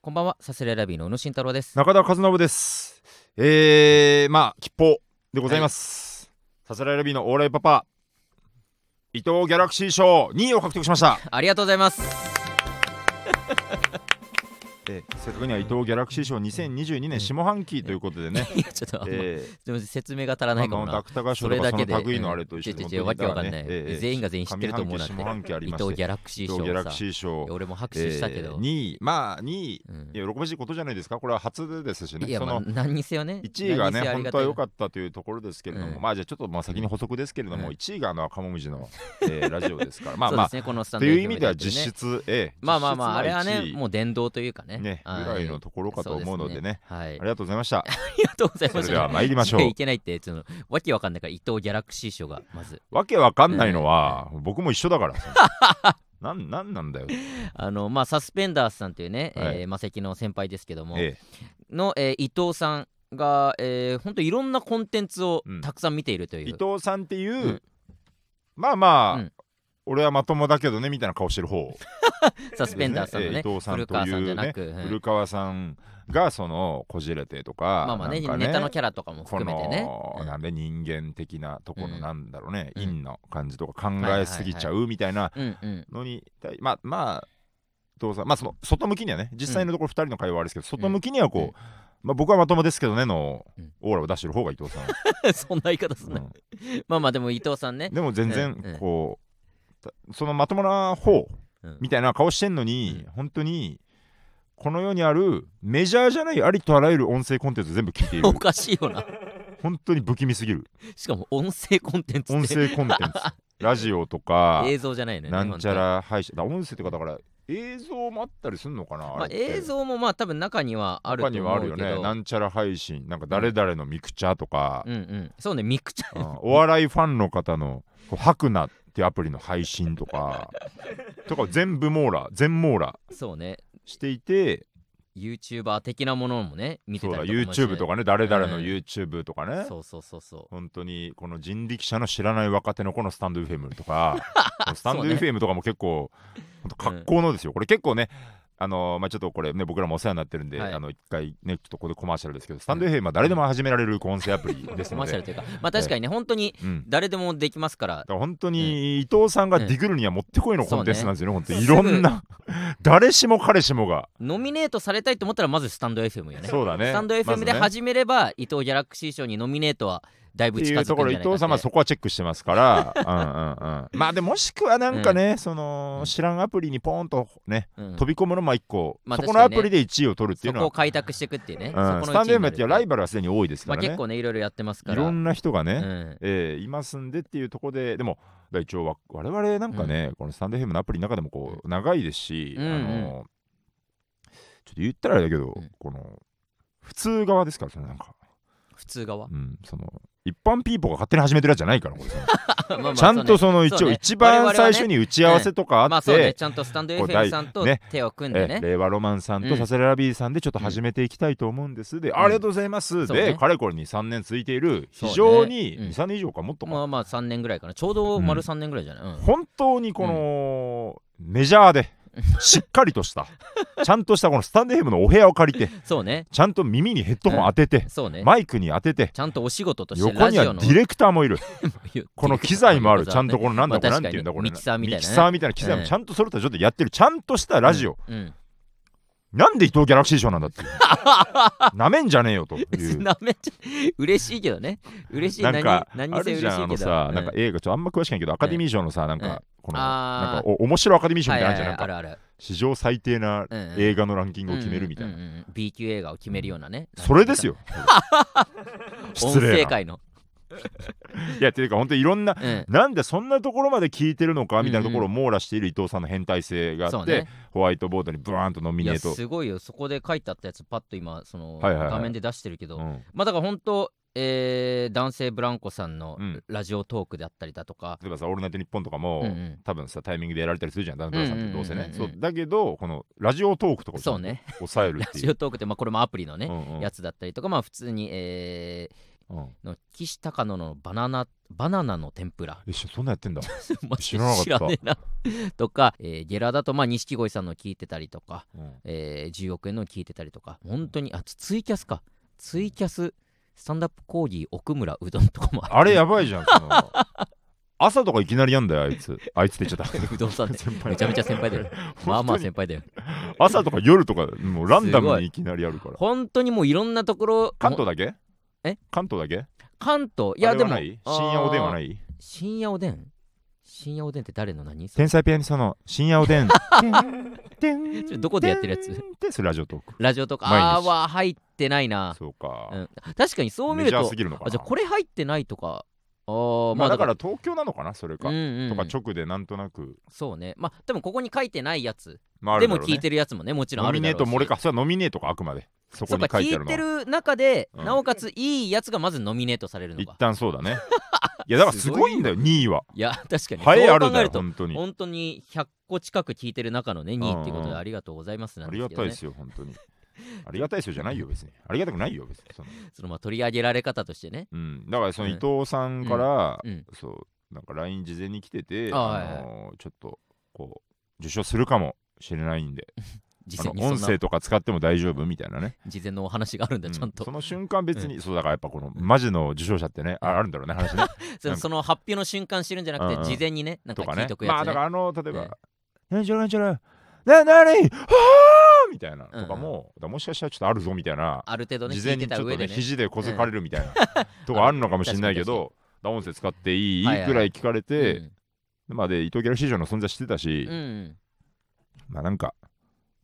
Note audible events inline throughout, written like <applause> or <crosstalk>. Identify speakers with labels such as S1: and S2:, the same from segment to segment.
S1: こんばんは、サスレラビーの宇野慎太郎です。 <laughs>
S2: 中田和信です。えー、まあ、吉報でございます。さすらいラビーのオーライパパ、伊藤ギャラクシー賞2位を獲得しました。
S1: ありがとうございます。
S2: えー、正確には伊藤ギャラクシー賞2022年下半期 <laughs> ということでね、
S1: いや、ちょっとあんま、
S2: えー、
S1: でも説明が足ら <laughs> ないかも
S2: まあ
S1: な
S2: ダ。クタカ賞
S1: そ
S2: と
S1: れだ
S2: かそ
S1: け
S2: の
S1: で、
S2: 類のあれと一緒
S1: ち
S2: で
S1: ょいちょいわけわかんない、
S2: えー
S1: 全員が全員知ってると思うなんて。
S2: 上半期下半期あり
S1: 伊
S2: まし
S1: 藤
S2: て
S1: ギャラクシ
S2: 伊
S1: ー賞
S2: 藤ギャラ
S1: を
S2: ク
S1: さ、
S2: シー賞、
S1: 俺も拍手したけど。
S2: 2位まあ2位
S1: うん
S2: いや喜ばしいことじゃないですかこれは初ですしね
S1: いや、
S2: そ
S1: まあ、
S2: の
S1: 何にせよね。
S2: 1位がね
S1: 何にせよあり
S2: 本
S1: が
S2: 当
S1: た
S2: はい良かったというところですけれども、
S1: うん
S2: まあじゃあちょっとまあ先に補足ですけれども、
S1: うん
S2: 1位があの赤もみじの、
S1: <laughs>
S2: えーラジオですからまあ
S1: そう
S2: ま
S1: で
S2: あ
S1: すね、このスタン
S2: と
S1: ド FM
S2: いう意味で
S1: や
S2: は
S1: ってるね
S2: 実質ええ
S1: まあまあまあ、あれは
S2: 実
S1: ね、
S2: 質
S1: もう殿堂というかね。
S2: ね
S1: はい
S2: ぐらいのところかと思うのでね
S1: そですはい。あり
S2: ありがとうございました
S1: がとうございます。
S2: それでは参りましょ
S1: <laughs>
S2: う
S1: いやいけないって、その、わけわかんないから、伊藤ギャラクシー賞が、まず。
S2: わけわかんないのは、僕も一緒だからさ
S1: <laughs>
S2: なんなんなんだよ、
S1: あのまあ、サスペンダースさんというね、
S2: はい
S1: えー、魔石の先輩ですけども、
S2: ええ
S1: の、えー伊藤さんが、えー、ほんといろんなコンテンツを
S2: うん
S1: たくさん見ているという、
S2: 伊藤さんっていう、
S1: うん
S2: まあまあ、
S1: うん
S2: 俺はまともだけどねみたいな顔してる方
S1: サスペンダースさんのね、
S2: ええ伊藤さん
S1: 古
S2: と
S1: 川さんじ
S2: い
S1: ゃ
S2: う
S1: な
S2: ね
S1: く、うん
S2: 古川さんがそのこじれてとか
S1: まあまあね
S2: なんか
S1: ネタのキャラとかも
S2: こ
S1: 含めてね、
S2: の
S1: うん
S2: なんで人間的なとこ
S1: う
S2: の
S1: ん
S2: なんだろうね、
S1: うん
S2: 陰の感じとか考えすぎちゃうみたいな
S1: うんうん <laughs>
S2: のに対まあまあ伊藤さんまあその外向きにはね実際のところ2人の会話はあれですけど、外向きにはこう、
S1: うん
S2: まあ、僕はまともですけどねの
S1: うん
S2: オーラを出してる方が伊藤さんは、
S1: そんな言い方すんな、
S2: うん
S1: まあまあでも伊藤さんね
S2: でも全
S1: うんう
S2: 然
S1: ん
S2: こう、たそのまともな方
S1: うん
S2: みたいな顔してんのに、本当にこの世にあるメジャーじゃないありとあらゆる音声コンテンツ全部聞いてい
S1: <laughs>
S2: る
S1: おかしいよな
S2: 本当に不気味すぎる
S1: しかも音声コンテンツ
S2: 音
S1: って
S2: 声コンテン
S1: <laughs>
S2: ツラジオとか
S1: 映像じゃないのよね
S2: なんちゃら配信だ音声とかだから映像もあったりすんのかな、
S1: 本当
S2: あれ
S1: に
S2: っ
S1: ま
S2: て
S1: あ、映像もまあ多分中にはあると
S2: 他
S1: 思
S2: に
S1: うけど
S2: はあるよねなんちゃら配信なんか誰々のミクチャとか、
S1: うんうんそうねミクちゃん
S2: うんお笑いファンの方の「こうハクナ」っていうアプリの配信
S1: <laughs>
S2: とかとかを全部網羅全網羅
S1: そうね
S2: していて
S1: YouTuber 的なものもね見て
S2: そう
S1: た
S2: だ
S1: りとかもして
S2: YouTube とかね誰々
S1: う
S2: の
S1: ん
S2: YouTube とかね、
S1: そうそうそうそう
S2: 本当にこの人力車の知らない若手のこのスタンド FM
S1: <laughs>
S2: とかスタンド
S1: そうね
S2: FM とかも結構本当格好のですよ、これ結構ねあのまあ、ちょっとこれね僕らもお世話になってるんで、
S1: はい
S2: あの一回ねちょっとここでコマーシャルですけどスタンド FM は誰でも始められる音声アプリです
S1: コマ
S2: の
S1: ーシャル
S2: で、
S1: というか、まあ確かにね、本当に
S2: うん、だ
S1: 誰でもできますから、
S2: から本当に伊藤さんがディグルにはもってこいのコンテンツなんですよね、本当にい
S1: そうね
S2: ろんな誰しも彼しもが、
S1: ノミネートされたいと思ったら、まずスタンド FM よね。
S2: そうだね
S1: スタンド
S2: まず
S1: FM
S2: ね
S1: で始めれば、伊藤ギャラクシー賞にノミネートはだい
S2: っ
S1: ぶ
S2: て
S1: 近
S2: い
S1: づくじ
S2: うん
S1: ゃ
S2: と
S1: な
S2: こ
S1: いか
S2: ろ伊
S1: って
S2: 藤さんはそこはチェックしてますから <laughs> うんうん、うん、まあでももしくはなんかね、その、
S1: うん
S2: 知らんアプリにポーンとね
S1: うん
S2: 飛び込むのも一個、
S1: まあ
S2: そこ
S1: 確か
S2: の
S1: にね
S2: アプリで1位を取るってい
S1: そうこ
S2: の
S1: を開拓していくっていうね、
S2: は、うん、
S1: そ
S2: ス
S1: こ
S2: タ
S1: の
S2: ン
S1: 一位に
S2: ド M
S1: な
S2: っ
S1: る
S2: ていうのはライバルはすでに多いです
S1: ま
S2: か
S1: あ
S2: らね、
S1: 結構ね、いろいろやってますか
S2: い
S1: ら。
S2: ろんな人がね、
S1: うん
S2: えーいますんでっていうところででもだから一応わ我々なんかね、このスタンド FM のアプリの中でもこう長いですし、
S1: うんうん
S2: あのちょっと言ったらあれだけど、
S1: うん
S2: この普通側ですからそのなんか、
S1: 普通
S2: <laughs>
S1: 側
S2: うん、その一般ピーポーが勝手に始めてるやつじゃないからこれその
S1: まあまあ
S2: ちゃんと
S1: そうね
S2: その一
S1: そう
S2: 応
S1: ね
S2: 一
S1: 我々は
S2: 番
S1: ね
S2: 最初に打ち合わせとか
S1: ま
S2: あ
S1: あ
S2: っ
S1: そうね、
S2: て
S1: ちゃんとスタンド
S2: こう第
S1: FM さんと
S2: ね
S1: 手を組んで
S2: え
S1: ね。
S2: 令和ロマンさん
S1: う
S2: と
S1: ん
S2: サセララビーさんでちょっと始めていきたいと思うんですでありがとうございます
S1: そうね
S2: でかれこれ23年続いている
S1: そうね
S2: 非常に
S1: うん
S2: 23年以上かもっと
S1: ま
S2: か
S1: あまあ3年ぐらいかな。ちょうど丸3年ぐらいじゃない、うん
S2: 本当にこのメジャーでしっかりとした <laughs> ちゃんとしたこのスタンデヘムのお部屋
S1: <laughs>
S2: を借りて
S1: そうね。
S2: ちゃんと耳にヘッドホン当てて
S1: そうね。
S2: マイクに当てて
S1: ちゃんとお仕事として
S2: 横
S1: ラ
S2: に
S1: ジオ
S2: は
S1: の
S2: ディレクターもいるこの機材
S1: <laughs>
S2: もある、ちゃんと
S1: こ
S2: このなん
S1: ま
S2: だ、
S1: あ
S2: これな
S1: 確
S2: ん
S1: か
S2: て
S1: に
S2: 言うんだこれ
S1: ミキサーみたいなね
S2: ミキサーみたいな機材
S1: う
S2: も
S1: ん
S2: ちゃんとそれとちょっとやってる、ちゃんとしたラジオ、。
S1: うんうん
S2: なんで伊藤ギャラクシー賞なんだっていうなめんじゃねえよとい
S1: <laughs>
S2: う。
S1: なめちゃ嬉しいけどね。嬉しい。
S2: なんか
S1: 何
S2: あ
S1: 何せ
S2: る
S1: 嬉しい
S2: じ
S1: け
S2: ゃん
S1: ど。
S2: あのさ、なんか
S1: う
S2: 映画ちょっとあんま詳しくないけどアカデミー賞のさなん
S1: うん
S2: かこの
S1: あー
S2: なんかお面白アカデミー賞み
S1: は
S2: た
S1: い
S2: いな
S1: は
S2: のある
S1: い
S2: じゃん
S1: は
S2: ない
S1: ある
S2: んか
S1: ある。
S2: 史上最低な
S1: うんうん
S2: 映画のランキングを決めるみたいな
S1: うんうんうんうん B 級映画を決めるようなね。
S2: そ
S1: <laughs>
S2: れですよ
S1: 音
S2: 失礼
S1: 声
S2: な
S1: 界の。
S2: いやっていうか本当にいろんな
S1: うん
S2: なんでそんなところまで聞いてるのかみたいなところ
S1: う
S2: を網羅している伊藤さんの変態性が
S1: そ
S2: あっ
S1: う
S2: て、
S1: ね。
S2: ホワイトボードにブワーンとノミ
S1: い
S2: ネ
S1: や
S2: ート
S1: すごいよ。そこで書いてあったやつパッと今その
S2: はいはいはい
S1: 画面で出してるけ
S2: う
S1: ど。
S2: ん
S1: まあだから本当えー男性ブランコさんの
S2: うん
S1: ラジオトークであったりだとか。
S2: 例えばさ「オールナイトニッポン」とか
S1: う
S2: も、
S1: んうん
S2: 多分さタイミングでやられたりするじゃんダウンタウンさんってどうせ
S1: うん
S2: ね
S1: うんうんう
S2: そ
S1: ん
S2: うだけどこのラジオトークとかを
S1: そうね。
S2: 抑える
S1: ラ
S2: ってい
S1: ジオ
S2: う
S1: トークってまあこれもアプリのね。
S2: うんうん
S1: やつだったりとか、まあ普通に、えー
S2: うん
S1: の岸高野のバナナバナナの天ぷら <laughs>
S2: えしそんなやってんだ
S1: マジ
S2: 知らなかった
S1: 知らねえな <laughs> とか、えーゲラだとまあ錦鯉さんの聞いてたりとか、
S2: うん
S1: えー10億円の聞いてたりとか本当にあツツイキャスかツイキャススタンダップコーギー奥村うどんとかも
S2: あれやばいじゃんその朝とかいきなりやんだよあいつあいつって言っちゃった
S1: うどんさんね
S2: 先輩
S1: めちゃめちゃ先輩
S2: <laughs>
S1: だよまあまあ先輩だよ
S2: 朝とか夜とかもうランダ
S1: す
S2: ム
S1: ごい
S2: にいきなりやるから
S1: 本当にもういろんなところ
S2: 関東だけ
S1: え
S2: 関東だけ
S1: 関東い
S2: あ
S1: や
S2: れ
S1: で
S2: は
S1: も
S2: ない深夜おでんはないい
S1: 深夜おでん深夜おでんって誰の何
S2: 天才ピアニストの深夜おでんてんてん
S1: ちょどこでやってるやつ
S2: てんてんそれラジオトーク
S1: ラジオとか
S2: 毎日
S1: あーは入ってないな
S2: そうか、
S1: うん、確かにそう見
S2: メ
S1: る
S2: ジャー
S1: と
S2: すぎるのかな
S1: あじゃあこれ入ってないとかあー
S2: まあだか
S1: から
S2: 東京なのかなそれか、
S1: うんうんうん
S2: とか直でなんとなく、
S1: そうねまあでもここに書いてないやつ、
S2: まあ、あ
S1: で
S2: るだ
S1: も
S2: ろう
S1: 聞いてるやつもねもちろんあ
S2: ノミ
S1: るだ
S2: ネ
S1: ろう
S2: ー
S1: し
S2: トも俺かそれはノミネートかあくまで
S1: そ
S2: そこ
S1: う
S2: に
S1: か
S2: 書い
S1: 聞
S2: てある
S1: い
S2: の
S1: て
S2: は
S1: る中で、
S2: うん
S1: なおかついいやつがまずノミネートされるの
S2: 一
S1: か
S2: 旦そう
S1: <laughs>
S2: だねいやだからすごいんだよ2位はい
S1: や <laughs> 確かに
S2: 栄えあ
S1: そう
S2: る
S1: 考
S2: だ
S1: え
S2: よ
S1: ると
S2: 本当に
S1: 本当に100個近く聞いてる中のね2位っていうこと
S2: うんう
S1: で
S2: ん
S1: ありがとうございますな
S2: あ
S1: ん
S2: り
S1: です
S2: が
S1: け
S2: た
S1: ど
S2: い
S1: ね
S2: ですよ本当にありがたいですよじゃないよ別に
S1: <laughs>
S2: ありがたくないよ別にその
S1: そのまあ取り上げられ方としてね
S2: うん、だからその
S1: うん
S2: 伊藤さんから、
S1: うん
S2: そうなんか LINE 事前に来てて、
S1: あはいはい
S2: あのーちょっとこう受賞するかもしれないんであ
S1: 事
S2: の
S1: 前に
S2: 音
S1: そんな
S2: 声とか使っても大丈夫みたいなね、
S1: 事前のお話があるんだ、
S2: うん
S1: ちゃんと
S2: その瞬間別に、そうだからやっぱこのマジの受賞者ってねああるんだろうね話
S1: <laughs>
S2: ね
S1: そのその発表の瞬間知るんじゃなく
S2: うんう
S1: て
S2: ん
S1: 事前にねなんか
S2: とか
S1: 聞
S2: ね
S1: いとく
S2: ま
S1: や
S2: あ
S1: つ
S2: だ
S1: ね
S2: からあの例えば
S1: え
S2: 「なんちゃらなんちゃらななにはあ!」みたいなとかも、だからもしかしたらちょっとあるぞみたいな
S1: ある程度ね
S2: 事
S1: 聞
S2: 前
S1: いて
S2: にち
S1: た
S2: ょっと
S1: 上で
S2: ね
S1: ね
S2: 肘でこすかれるみたいな
S1: <laughs>
S2: とかあるのかもしれないけどだから音声使っていい
S1: はいはい
S2: くらい聞かれて、
S1: うん
S2: まあで伊藤ギャラ市場の存在してたし、
S1: うん
S2: まあなんか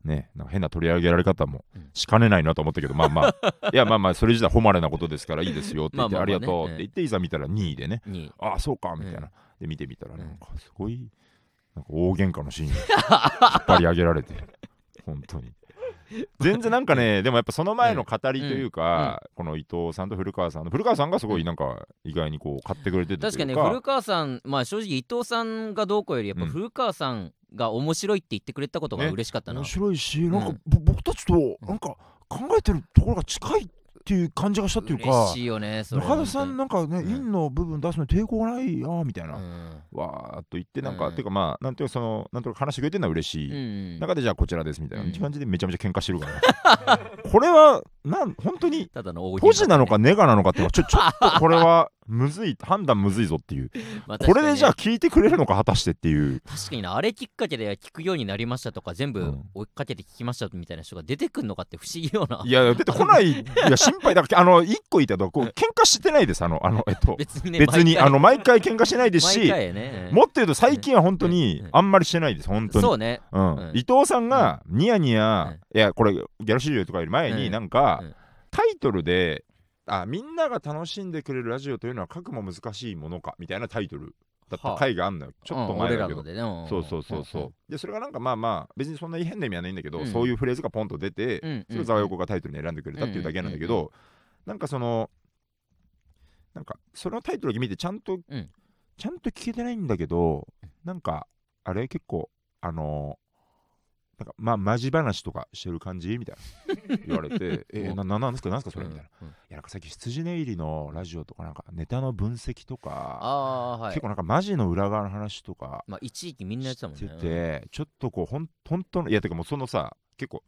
S2: ねなんか変な取り上げられ方も
S1: うん
S2: しかねないなと思ったけど、まあま
S1: <laughs>
S2: あいやまあまあそれ自体誉れなことですからいいですよって言って
S1: まあまあまあ
S2: あ
S1: ね
S2: りがとうって言っていざ見たら2位でね、
S1: うん、に
S2: ああそうかみたいな、
S1: うん
S2: で見てみたら
S1: うん
S2: なんかすごいなんか大喧嘩のシーンに引っ張り上げられて <laughs> 本当に。全然なんかねでもやっぱその前の語りというか、この伊藤さんと古川さんの古川さんがすごいなんか意外にこう買ってくれてた
S1: 確
S2: と
S1: か
S2: いう
S1: にね
S2: か
S1: 古川さんまあ正直伊藤さんがどうこうよりやっぱ
S2: うん
S1: 古川さんが面白いって言ってくれたことが
S2: ね
S1: 嬉しかったな、
S3: 面白いし、なん
S1: う
S3: か
S1: ん
S3: ぼ僕たちとなんか考えてるところが近いっていう感じがしたっていう
S1: 嬉
S3: か
S1: しいよねそれ
S3: 中田さんなんかね、
S1: うん
S3: 陰の部分出すのに抵抗ないよみたいな、
S1: うん
S2: わーっと言ってなんか、
S1: うん
S2: ていうかまあなんていうかそのなんとか話してくれてるのは嬉し
S1: う
S2: い、
S1: ん
S2: 中でじゃあこちらですみたいな、
S1: うん
S2: 感じでめちゃめちゃ喧嘩してるか
S1: <laughs>
S2: らこれはなん本当に
S1: ただの大喜利
S2: ポジなのかネガなのかっていうのはちょちょ
S1: <laughs>
S2: っとこれはむずい判断むずいぞっていう
S1: まあ
S2: これでじゃあ
S1: 確
S2: 聞いてくれるのか果たしてっていう
S1: かにね確かになあれきっかけで聞くようになりましたとか全
S2: う
S1: 部
S2: ん
S1: 追いかけて聞きましたみたいな人が出てくんのかって不思議よない
S2: や出てこないいや心配だからあの一個言いたいとこう喧嘩してないですあのあのえっと
S1: 別にね
S2: 別
S1: 毎
S2: に
S1: 回
S2: あの毎回喧嘩してないです
S1: 毎
S2: し
S1: 回ね
S2: もっと言うと最近は本当
S1: う
S2: に
S1: んうん
S2: あんまりしてないです本当に
S1: そうね
S2: うん
S1: うん
S2: 伊藤さんがニヤニヤ、いやこれギャラシーとかより前
S1: う
S2: に
S1: ん
S2: なんか、
S1: うん
S2: タイトルであみんなが楽しんでくれるラジオというのは書くも難しいものかみたいなタイトルだった
S1: はあ
S2: 回があんのよ、ちょっと
S1: うん俺
S2: 前だ
S1: ら
S2: けど、
S1: のでねん
S2: そうそうそうそう、でそれがなんかまあまあ別にそんな変な意味はないんだけど、
S1: うん
S2: そういうフレーズがポンと出て、
S1: うん
S2: それをザワヨコがタイトルに選んでくれたっていうだけなんだけど、
S1: うんうん
S2: なんかそのなんかそのタイトルだけ見てちゃんと、
S1: うん
S2: ちゃんと聞けてないんだけどなんかあれ結構あのなんかまあマジ話とかしてる感じみたいな言われ
S1: <laughs>
S2: て「えなななんですかなんですかそれ」みたいな「い
S1: うんうん
S2: やなんかさっき羊ネイリのラジオとかなんかネタの分析とか、
S1: ああーはい
S2: 結構なんかマジの裏側の話とか
S1: まあ一時期みんなやってたもん
S2: 知
S1: ね
S2: っててちょっとこうほん本当のいやてかもうそのさ結構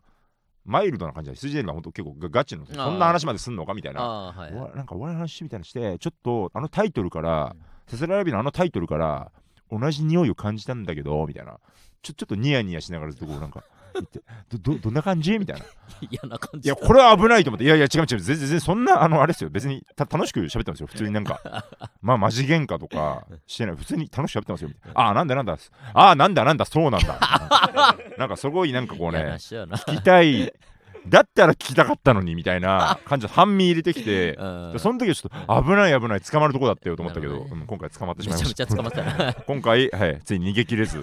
S2: マイルドな感じだ羊ネイルが本当結構ガガチのそ
S1: あ
S2: ん
S1: ー
S2: な話まですんのかみたいな
S1: ああーはい
S2: おわなんかお笑いの話みたいなしてちょっとあのタイトルから
S1: うん
S2: 「せせらラビ」のあのタイトルから同じ匂いを感じたんだけどみたいなちょちょっとニヤニヤしながらずっとこうなんか言ってどどどんな感じみたいな「
S1: <laughs>
S2: い
S1: 嫌な感じ
S2: やこれは危ない」と思って「いやいや違う違う全然全然そんなあのあれですよ別にた楽しく喋ってますよ普通になん
S1: <laughs>
S2: かまあマジ喧嘩とかしてない普通に楽しく喋ってますよ」みたいな「ああーなんだなんだああなんだなんだそうなんだ」
S1: <laughs>
S2: なんかすごいなんかこう
S1: 嫌な
S2: ね
S1: 人やな
S2: 聞きたいだったら聞きたかったのにみた
S1: <laughs>
S2: いな感じで半身入れてきて
S1: う
S2: で
S1: ん
S2: その時はちょっと危ない危ない捕まるとこだったよと思ったけど
S1: なるほど
S2: うん今回捕まってし
S1: め
S2: ま
S1: ち
S2: いま
S1: ゃ
S2: <laughs>
S1: め
S2: し
S1: ちゃ
S2: た
S1: 捕まったな <laughs>
S2: 今回、はい、ついに逃げ切れず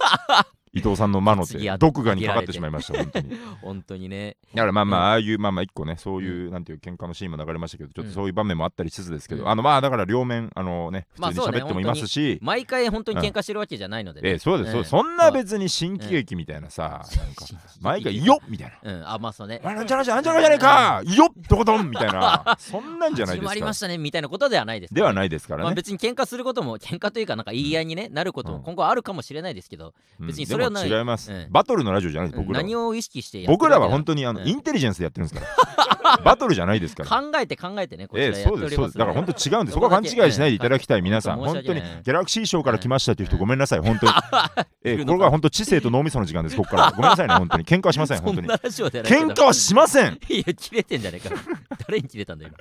S2: 伊藤さんの魔の手
S1: 次や
S2: 毒がにかかってしまいました本当に
S1: 本当にね
S2: だからまあまあああいうまあまあ一個ねそういうなんていう喧嘩のシーンも流れましたけどちょっとそういう場面もあったりしつつですけ
S1: うん
S2: どあのまあだから両面あのね
S1: まあ
S2: 普通に喋ってもいますし
S1: 毎回本当に喧嘩してるわけじゃないのでね、
S2: ええそうですそうです
S1: <laughs>
S2: そんな別に新喜劇みたいなさなんか毎回「よっ!」みたいな
S1: うん、あまあそうね
S2: 「あなんちゃらじゃなんちゃらじゃねえかよっ!」どこどんみた
S1: <laughs>
S2: いなそんなんじゃない
S1: 始
S2: で
S1: ますりま
S2: か
S1: したねみたいなことではないです
S2: ではいないですから
S1: まあ、
S2: ね
S1: 別に喧嘩することも喧嘩というかなんか言い合いに、ねなることも
S2: うん
S1: 今後あるかもしれないですけど、
S2: うん
S1: 別にそれはない
S2: でも違います、
S1: うん
S2: バトルのラジオじゃないです僕らは
S1: 何を意識してやって
S2: 僕らは本
S1: 当
S2: 当にあの、
S1: うん
S2: インテリジェンスでやってるんですから
S1: <laughs>
S2: バトルじゃないですから
S1: 考えて考えてねこち
S2: え
S1: ら
S2: え
S1: やっ
S2: そ
S1: て
S2: う
S1: お
S2: です
S1: り
S2: そう
S1: ま
S2: ですすだから本当違うんでそこは勘違いしないでいただきたい皆さん
S1: そこだ
S2: 本
S1: けう
S2: 当
S1: ん
S2: にギャラクシー賞から来ましたっていう人ごめんなさい
S1: <laughs>
S2: 本当にええ
S1: いるのか
S2: これが本当知性と脳みその時間ですここからごめん
S1: <laughs>
S2: なさいね本当に喧嘩はしません
S1: そ
S2: 本当
S1: ん
S2: に
S1: なラジオではないけど
S2: 喧嘩はしません
S1: いや切れてんじゃねえか誰に切れたんだよ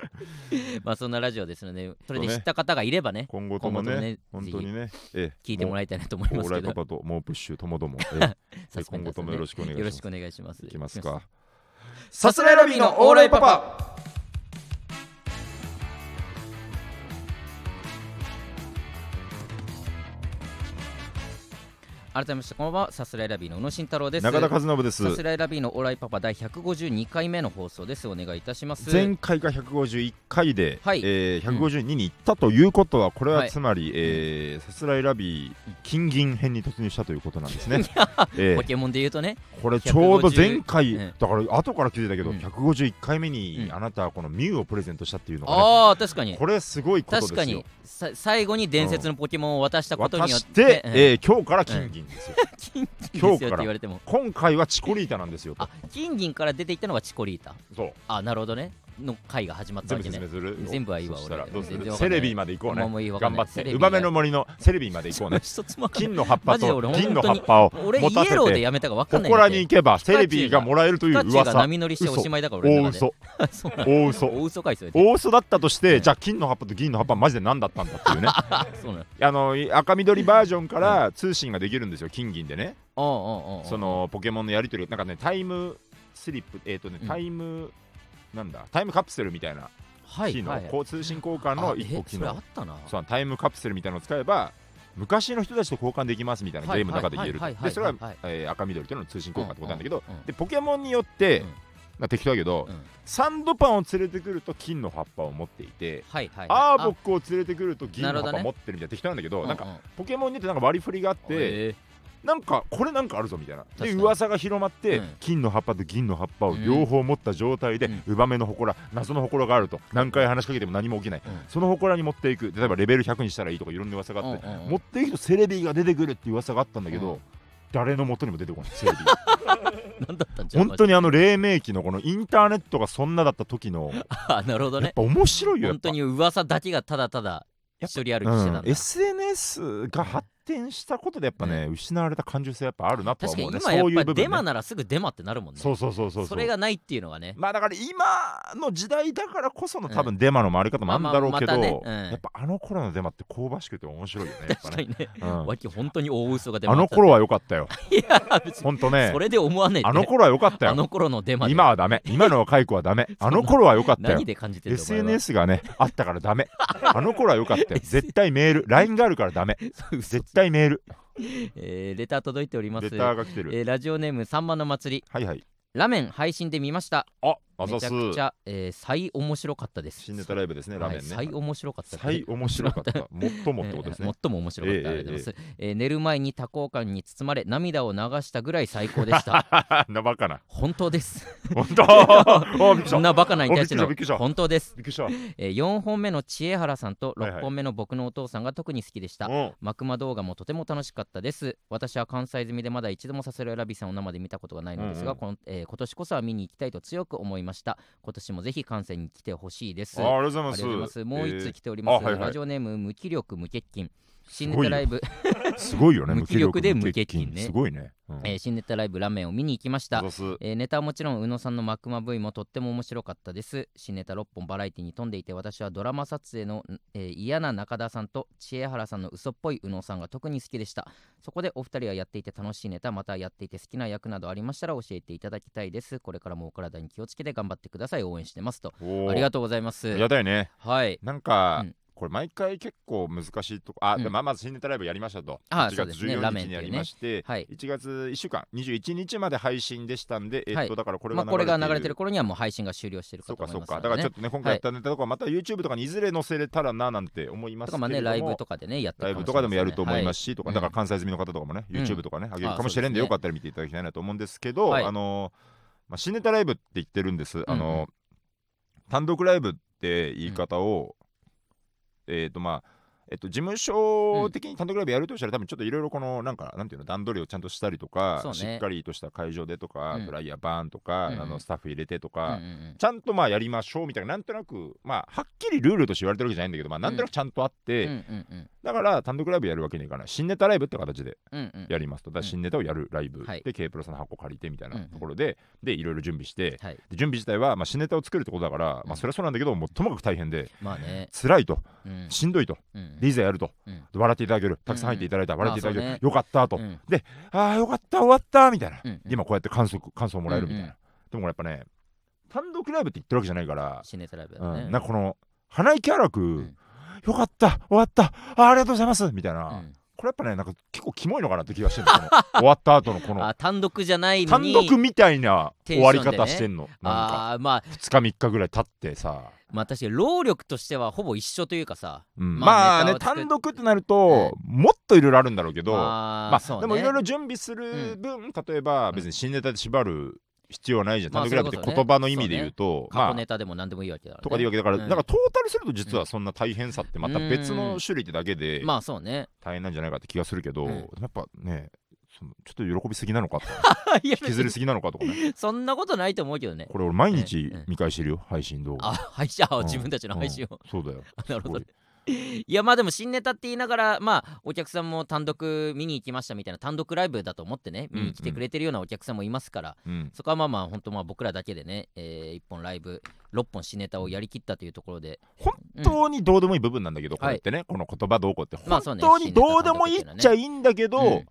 S1: 今まあそんなラジオですのでそれで知った方がいればね
S2: 今後ともね
S1: 今後ともね
S2: 本当にねええ
S1: 聞いてもらいたいなと思いま
S2: もう
S1: す
S2: オーラ
S1: け
S2: イパ
S1: ど
S2: パと猛プッシュともども、
S1: <laughs>
S2: ええ
S1: サスペン
S2: 今
S1: ダー
S2: 後
S1: ズ
S2: と
S1: ね
S2: もよろしくお願いし
S1: よろ
S2: ま
S1: し
S2: す
S1: くお願いします
S2: いきますか
S1: さすらいラビーのオーライパ
S2: パ
S1: 改めましてこんばんはさすらいラビーの宇野慎太郎です
S2: 中田和信です
S1: さすらいラビーのオーライパパ第152回目の放送ですお願いいたします
S2: 前回が151回で、
S1: はい
S2: えー152に行ったということは、これ
S1: は
S2: はいつまり、えーさすらいラビー金銀編に突入したということなんで
S1: <laughs>
S2: すね。え
S1: ポ
S2: ー
S1: ケモンで言うとね
S2: これちょうど前回、
S1: うん
S2: だから後から気づいたけど、
S1: うん
S2: 151回目に
S1: うん
S2: あなたはこのミュウをプレゼントしたっていうのが、ね
S1: ああ確かに
S2: これすごいこと
S1: 確か
S2: ですよ
S1: に。さ最後に伝説のポケモンを渡したこと
S2: 渡
S1: によっ
S2: して
S1: て、、
S2: え
S1: うん
S2: ー今日から金銀ですよ。
S1: 金銀です
S2: 今日か
S1: よっ
S2: ら
S1: て言われても
S2: 今回はチコリータなんですよと
S1: あ。金銀から出ていったのがチコリータ
S2: そう
S1: あなるほどねの回が始まった
S2: 全
S1: わ
S2: 部
S1: け
S2: 説
S1: ね
S2: 明する
S1: 全部はいいわ
S2: そしたら
S1: 俺
S2: どうす
S1: 全然
S2: る
S1: わかん
S2: セ
S1: ない
S2: レビまで行こうね
S1: もういいわかん
S2: 頑
S1: ない
S2: 張っ
S1: セレ
S2: て
S1: ビ
S2: ウバメの森のセレビまで行こうね
S1: 一つもわ
S2: <laughs>
S1: かんない
S2: 金の葉っぱ
S1: マジで
S2: と
S1: 俺
S2: 銀
S1: 本
S2: の
S1: 当
S2: 葉
S1: に
S2: っぱを
S1: 俺イ
S2: 持た
S1: エ
S2: せ
S1: ローで
S2: て
S1: やめたかわか
S2: こ
S1: んない
S2: こらに行けば
S1: チュウ
S2: セレビがもらえるとい
S1: ガ
S2: う
S1: チュウが
S2: 噂
S1: 波乗りしておしまいだから俺
S2: 大
S1: の中で
S2: 嘘
S1: <laughs> そうなの
S2: 大嘘
S1: 大嘘かいそれで
S2: 大嘘だったとして、
S1: うん
S2: じゃあ金の葉っぱと銀の葉っぱマジで何だったんだっていうねあ
S1: <laughs> そうなの
S2: の赤緑バージョンから通信ができるんですよ金銀でね
S1: おうおうおうおう
S2: そのポケモンのやり取りなんかねタイムスリップえっ、とね
S1: うん
S2: タイム、なんだタイムカプセルみたいな
S1: はい
S2: 機能、
S1: はい
S2: こう通信交換
S1: あ
S2: の一個
S1: え
S2: 機
S1: それあ
S2: 能
S1: ったな
S2: そのタイムカプセルみたいなのを使えば昔の人たちと交換できますみたいな
S1: はい
S2: ゲームの中で言える
S1: はいはいはい
S2: でそれは
S1: はいはい、
S2: えー赤緑との通信交換ってことなんだけど、
S1: うんうんうん
S2: でポケモンによって、
S1: うん
S2: まあ適当だけど、
S1: うん
S2: サンドパンを連れてくると金の葉っぱを持っていて、
S1: はいはい
S2: アーボ
S1: 僕
S2: ックを連れてくると銀の葉
S1: な
S2: っ
S1: るほど
S2: ぱ
S1: ね
S2: 持ってるみたいな適当なんだけど、なんか
S1: か
S2: ポケモンによってなんか割り振りがあって、なんかこれなんかあるぞみたいな
S1: 確
S2: で
S1: かに
S2: 噂が広まって、
S1: うん
S2: 金の葉っぱと銀の葉っぱを両方持った状態で、
S1: うん
S2: ウバメの祠謎の祠があると何回話しかけても何も起きない、
S1: うん
S2: その祠に持っていく例えばレベル100にしたらいいとかいろんな噂があって、
S1: うんうんうん
S2: 持っていくとセレビーが出てくるっていう噂があったんだけど、
S1: うん
S2: 誰の元にも出てこないセレビーが
S1: なんだったんじゃ
S2: 本当にあの黎明期のこのインターネットがそんなだった時の
S1: あなるほど
S2: や
S1: ね
S2: っぱ面白いよやっ
S1: 本
S2: ぱ
S1: 当に噂だけがただただ一人歩きしてたん
S2: う
S1: だ
S2: ん、SNS が発展したことでやっぱね、失われた感受性やっぱあるなとは
S1: 確か
S2: 思
S1: に
S2: うね
S1: 今や
S2: そういう
S1: っぱ
S2: 部分、ね、
S1: デマならすぐデマってなるもんね
S2: そうそうそうそうう
S1: それがないっていうのがね
S2: まあだから今の時代だからこその
S1: うん
S2: 多分デマの回り方もあるんだろうけ
S1: まあ
S2: ど、
S1: まあまたねうん
S2: やっぱあの頃のデマって香ばしくて面白いよねやっぱ
S1: 確か
S2: ね
S1: にね
S2: うん
S1: わき本当に大嘘が出まし
S2: あ
S1: た
S2: の頃は良かったよ
S1: いや別に
S2: ほ
S1: <laughs>
S2: んとね
S1: それで思わねえって
S2: あの頃は良かった
S1: あ
S2: よ
S1: の頃のデマで
S2: 今はダメ今の若い子はダ
S1: <laughs>
S2: メあの頃は良かったよ
S1: 何で感じてるの
S2: SNS
S1: <laughs>
S2: がねあったからダメあの頃は良かったよ絶対メール LINE があるからダメ
S1: <laughs>
S2: 絶対メール
S1: えーレター届いております
S2: レターが来てる
S1: えーラジオネームさんまの祭り
S2: はいはい
S1: ラメン配信で見ました
S2: ああざ
S1: めちゃ
S2: す
S1: くちゃ、えー、最面白かったです
S2: 新ネタライブですねラーメン
S1: はい
S2: ね
S1: 最面白かったです
S2: 最面白かった
S1: <laughs>
S2: 最もってことです
S1: え
S2: ね
S1: ー
S2: <laughs>
S1: 最も面白かった、
S2: ええ
S1: ありがとうございます、えー寝る前に多幸感に包まれ涙を流したぐらい最高でした
S2: <laughs> なバカな
S1: 本当です
S2: <laughs> 本
S1: <laughs>
S2: 当あびっくりし
S1: そん
S2: た
S1: なバカなに対しての
S2: おびっくりしたびっくりした
S1: 本当です、
S2: びっくり
S1: <laughs>
S2: した
S1: えー、4本目の知恵原さんと
S2: はいはい
S1: 6本目の僕のお父さんが特に好きでした、
S2: うん
S1: マクマ動画もとても楽しかったです。私は関西済みでまだ一度もさせる選びさんを生で見たことがないのですが、
S2: うんうん
S1: このえー今年こそは見に行きたいと強く思いました。今年もぜひ関西に来てほしいです。
S2: あありがとうご
S1: ありがとうございます。もう一
S2: え
S1: 通
S2: ー
S1: 来ております。
S2: あはいはい
S1: ラジオネーム無気力無欠勤。新
S2: ご
S1: ネ
S2: いよ
S1: タライブ、 <laughs>
S2: すごいよね。
S1: 無気力で無欠勤ね
S2: すごいね。うん
S1: えー新ネタライブラーメンを見に行きました
S2: あ。ざす
S1: えーネタはもちろん宇野さんのマクマ V もとっても面白かったです新ネタ6本バラエティに富んでいて私はドラマ撮影の、えー嫌な中田さんと知恵原さんの嘘っぽい宇野さんが特に好きでしたそこでお二人はやっていて楽しいネタまたやっていて好きな役などありましたら教えていただきたいですこれからもお体に気をつけて頑張ってください応援してますと
S2: おー
S1: ありがとうございます
S2: やだよね。
S1: はい
S2: なんか
S1: うん、
S2: これ毎回結構難しいとこあ、
S1: うん
S2: でまあまず新ネタライブやりましたと
S1: あ
S2: 1
S1: ーそう
S2: 月
S1: ですねラ
S2: 14
S1: メンってい
S2: 日に
S1: うね
S2: やりまして、
S1: はい
S2: 1月1週間21日まで配信でしたんで、えっと
S1: はい
S2: だからこれ
S1: ま
S2: が
S1: あ、これが流れて
S2: る
S1: る頃にはもう配信が終了してる
S2: そ
S1: か
S2: う
S1: と
S2: か
S1: 思い
S2: そう
S1: ます
S2: か
S1: か
S2: だかららちょ
S1: ね
S2: っとね今回やったネタとかまた YouTube とかにいずれ載せれたらななんて思います
S1: と
S2: け
S1: か
S2: れど
S1: まあ
S2: も、
S1: ねライブとかでねやった
S2: ライブとかでもやると思います
S1: し
S2: し、とか
S1: うん
S2: だから関西済みの方とかもね、
S1: うん
S2: YouTube とかね上げる
S1: あ
S2: かもしれ
S1: そう
S2: んで、
S1: ですね
S2: よかったら見ていただきたいなと思うんですけど、
S1: はい
S2: あのまあ、新ネタライブって言ってるんです、あ
S1: うんう
S2: の単独ライブって言い方を、えっ、とまあえっと、事務所的に単独ライブやるとしたら、多分ちょっといろいろこのなんかなんていうの段取りをちゃんとしたりとか、
S1: そうね
S2: しっかりとした会場でとか、
S1: うん
S2: フライヤーバーンとか、
S1: うん
S2: あのスタッフ入れてと
S1: うん
S2: か、
S1: うんうん
S2: ちゃんとまあやりましょうみたいななんとなくまあはっきりルールとして言われてるわけじゃないんだけど、まあ、なんとなくちゃんとあって、
S1: うんうんうん
S2: だから単独ライブやるわけにはいかない新ネタライブって形で
S1: うんうん
S2: やりますとだから新ネタをやるライブ、
S1: はい
S2: で K プロさんの箱借りてみたい
S1: うん
S2: な
S1: うん
S2: ところで、でいろいろ準備して
S1: はい
S2: で準備自体は、まあ、新ネタを作るってことだから、
S1: う
S2: ま
S1: ん
S2: あ、それはそうなんだけどもうともかく大変で
S1: まあね
S2: 辛いと
S1: うん
S2: しんどいと
S1: うん
S2: でいざやると、
S1: うん
S2: 笑っていただけるたくさん入っていただいた、笑っていただける、
S1: まあそうね
S2: よかったと、
S1: うん
S2: あーよかった終わったみたいな、
S1: うんうん
S2: 今こうやって感想感想もらえるみたいな、
S1: うんう
S2: でもやっぱね単独ライブって言ってるわけじゃないから
S1: 新ネタライブだ
S2: うん
S1: ね
S2: なんかこの鼻息荒く、
S1: ん
S2: よかった終わったあありがとうございますみたいな、
S1: うん
S2: これやっぱねなんか結構キモいのかなって気がしてるんで
S1: <laughs>
S2: すよこの終わった後のこの
S1: あ単独じゃないの
S2: 単
S1: に
S2: 独みたいな
S1: テ
S2: 終
S1: ンションで
S2: わり
S1: ね
S2: 方してんの、なんか
S1: あーまあ
S2: 2日3日ぐらい経ってさ、
S1: まあ確かに労力としてはほぼ一緒というかさ
S2: うん
S1: ま
S2: ま
S1: あ
S2: あ
S1: ネ
S2: ね
S1: タを作っ
S2: 単独ってなると、もっといろいろあるんだろうけど、
S1: ま
S2: まあ
S1: そうね
S2: でもいろいろ準備する分、例えば別に新ネタで縛る必要はないじゃん、
S1: まあ
S2: 単独ライブ
S1: そ
S2: っ
S1: れこ
S2: て
S1: そね
S2: 言葉の意味で言うと、
S1: 過去
S2: まあ
S1: ネタでも何でもいいわけだからね
S2: とかで言うわけだから、
S1: うん
S2: だからトータルすると実はそんな大変さってまた別の種類ってだけで、
S1: まあそうね
S2: 大変なんじゃないかって気がするけど、
S1: うん
S2: やっぱねそのちょっと喜びすぎなのかとか
S1: <laughs> いや
S2: 引きずりすぎなのかとかね
S1: そんなことないと思うけどね
S2: これ俺毎
S1: ね
S2: 日
S1: うん
S2: 見返してるよ、配信動画
S1: あ配信あ
S2: うん
S1: 自分たちの配信を、
S2: そうだよ
S1: <laughs> なるほど
S2: す
S1: いやまあでも新ネタって言いながらまあお客さんも単独見に行きましたみたいな単独ライブだと思ってね見に来てくれてるようなお客さんもいますから、
S2: ごいうん
S1: そこはまあまあ本当まあ僕らだけでね、え1本ライブ6本新ネタをやりきったというところで
S2: 本当にどうでもいい部分なんだけど、これってねこの言葉どうこうって
S1: まあそうね
S2: 本当にどうでもいいっちゃいいんだけど、
S1: うん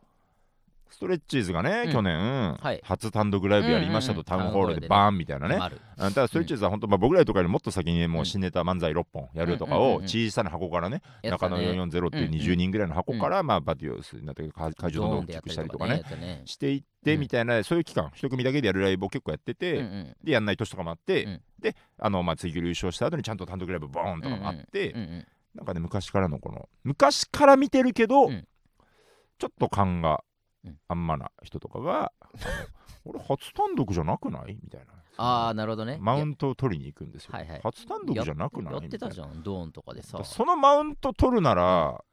S2: ストレッチーズがね、
S1: うん
S2: 去年、
S1: はい
S2: 初単独ライブやりましたと、
S1: うんうんうん
S2: タウンホールでバーンみたいなね、
S1: まあある
S2: あただストレッチーズは本当、まあ、僕らとかよりもっと先にもう新ネタ漫才6本やるとか
S1: うんうんうん
S2: を
S1: うん
S2: 小さな箱からね、
S1: やつ
S2: 中
S1: だ
S2: 野
S1: ね
S2: 440っていう20人ぐらいの箱から、まあ、バティオスになって会会
S1: ド
S2: 場ど
S1: ー
S2: んど
S1: ン
S2: ん大
S1: でやっ
S2: きく
S1: た
S2: した
S1: り
S2: り
S1: と
S2: と
S1: か
S2: か
S1: ね
S2: ね
S1: やったね
S2: していっ
S1: う
S2: て
S1: ん
S2: みたいな、そういう期間一組だけでやるライブを結構やってて、
S1: うんうん
S2: でやんない年とかもあって、
S1: うん
S2: であの、まあ、追求優勝した後にちゃんと単独ライブボーンとかもあって、
S1: うんうん
S2: なんかね昔からのこの昔から見てるけど、
S1: うん
S2: ちょっと勘が
S1: うん
S2: あんまな人とか
S1: <laughs>
S2: が「あの俺初単独じゃなくない?」みたいな。
S1: ああなるほどね
S2: マウ
S1: ン
S2: ントを取りに行くんですよ。
S1: はいはい
S2: 初単独じゃなくない
S1: やってた
S2: み
S1: じ
S2: い
S1: ゃんドーンとかで
S2: な
S1: さ
S2: だそのマウント取るなら、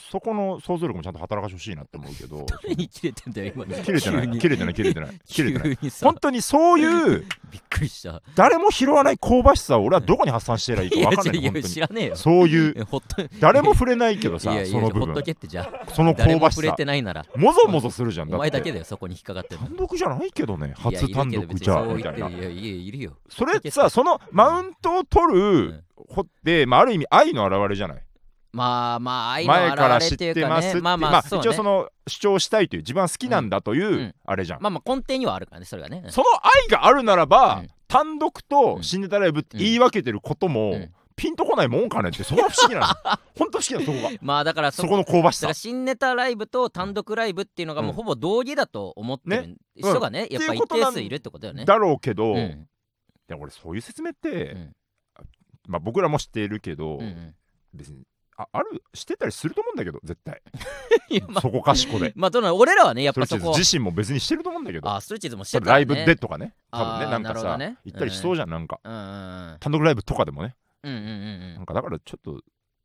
S2: そこの想像力もちゃんと働かしてほしいなって思うけ
S1: <laughs>
S2: ど
S1: 誰に切れてんだよ今
S2: 切れてな
S1: 急に
S2: い切れてない切れてない切れてない
S1: 急にさ
S2: 本当にそ
S1: <laughs>
S2: ういう
S1: びっくりした
S2: 誰も拾わない香ばしさを俺はどこに発散してりゃいいか分かんない
S1: いや
S2: 本
S1: いや
S2: 当
S1: 知
S2: に
S1: らねえよ
S2: そういう
S1: えほっと
S2: 誰も触れないけどさ
S1: <laughs> いやい
S2: そ
S1: や
S2: の
S1: ほ
S2: 部
S1: っと
S2: 分
S1: けってじゃあ
S2: その
S1: 誰
S2: 香
S1: も
S2: ば
S1: 触
S2: し
S1: れ
S2: さ
S1: てないなら
S2: もぞもぞするじゃん
S1: お前だ
S2: って
S1: けだよそこに引っかかってんの
S2: 単独じゃないけどね
S1: いやい
S2: 初
S1: る
S2: 単
S1: けど
S2: 独
S1: 別に
S2: じゃ
S1: そう
S2: み
S1: 言
S2: た
S1: っ
S2: い
S1: てる
S2: な
S1: いやいやいるよ
S2: それさそのマウントを取
S1: うん
S2: るほって、まあ、ある意味愛の表れじゃない
S1: まあまあ愛の
S2: 前から
S1: 表れ
S2: 知っ
S1: という
S2: て
S1: か
S2: ますっ
S1: ね
S2: て
S1: まあま
S2: ま
S1: あ
S2: あ
S1: そう
S2: 一応そ
S1: ね
S2: の主張したいという自分は好きなんだという、
S1: うん
S2: あれじゃん、
S1: まあまあ根底にはあるからねそれがね
S2: その愛があるならば、
S1: うん
S2: 単独と新ネタライブって言い分けてることも、
S1: うん
S2: ピンとこないもんかねってそこが不思議
S1: <laughs>
S2: なの本当不思議なのそこが
S1: まあだからそ
S2: そ
S1: こ
S2: この香ばし
S1: だか
S2: さ
S1: ら新ネタライブと単独ライブっていうのがもうほぼ同義だと思ってる人がねやっぱ一定数いるってことだよね
S2: だろうけど、
S1: うん
S2: でも俺そういう説明って、
S1: うん
S2: まあ、僕らも知っているけ
S1: う
S2: ど、
S1: んうん
S2: 別にああるしてたりすると思うんだけど絶対
S1: いやまあ
S2: そこかしこで
S1: <laughs> まあどうなの俺らはねやっ
S2: ストレ
S1: ぱ
S2: ッチ
S1: そ
S2: ー
S1: こ
S2: ズ自身も別にしてると思うんだけど
S1: あストレッチーズもしてた
S2: ラ
S1: よね
S2: イブでとかね多分ね
S1: あー
S2: なんか
S1: なるほど
S2: さ、
S1: ね
S2: 行ったりしそうじゃんなんか
S1: うんうん
S2: 単独ライブとかでもね
S1: うんうんうんうんう
S2: なんんかだからちょっと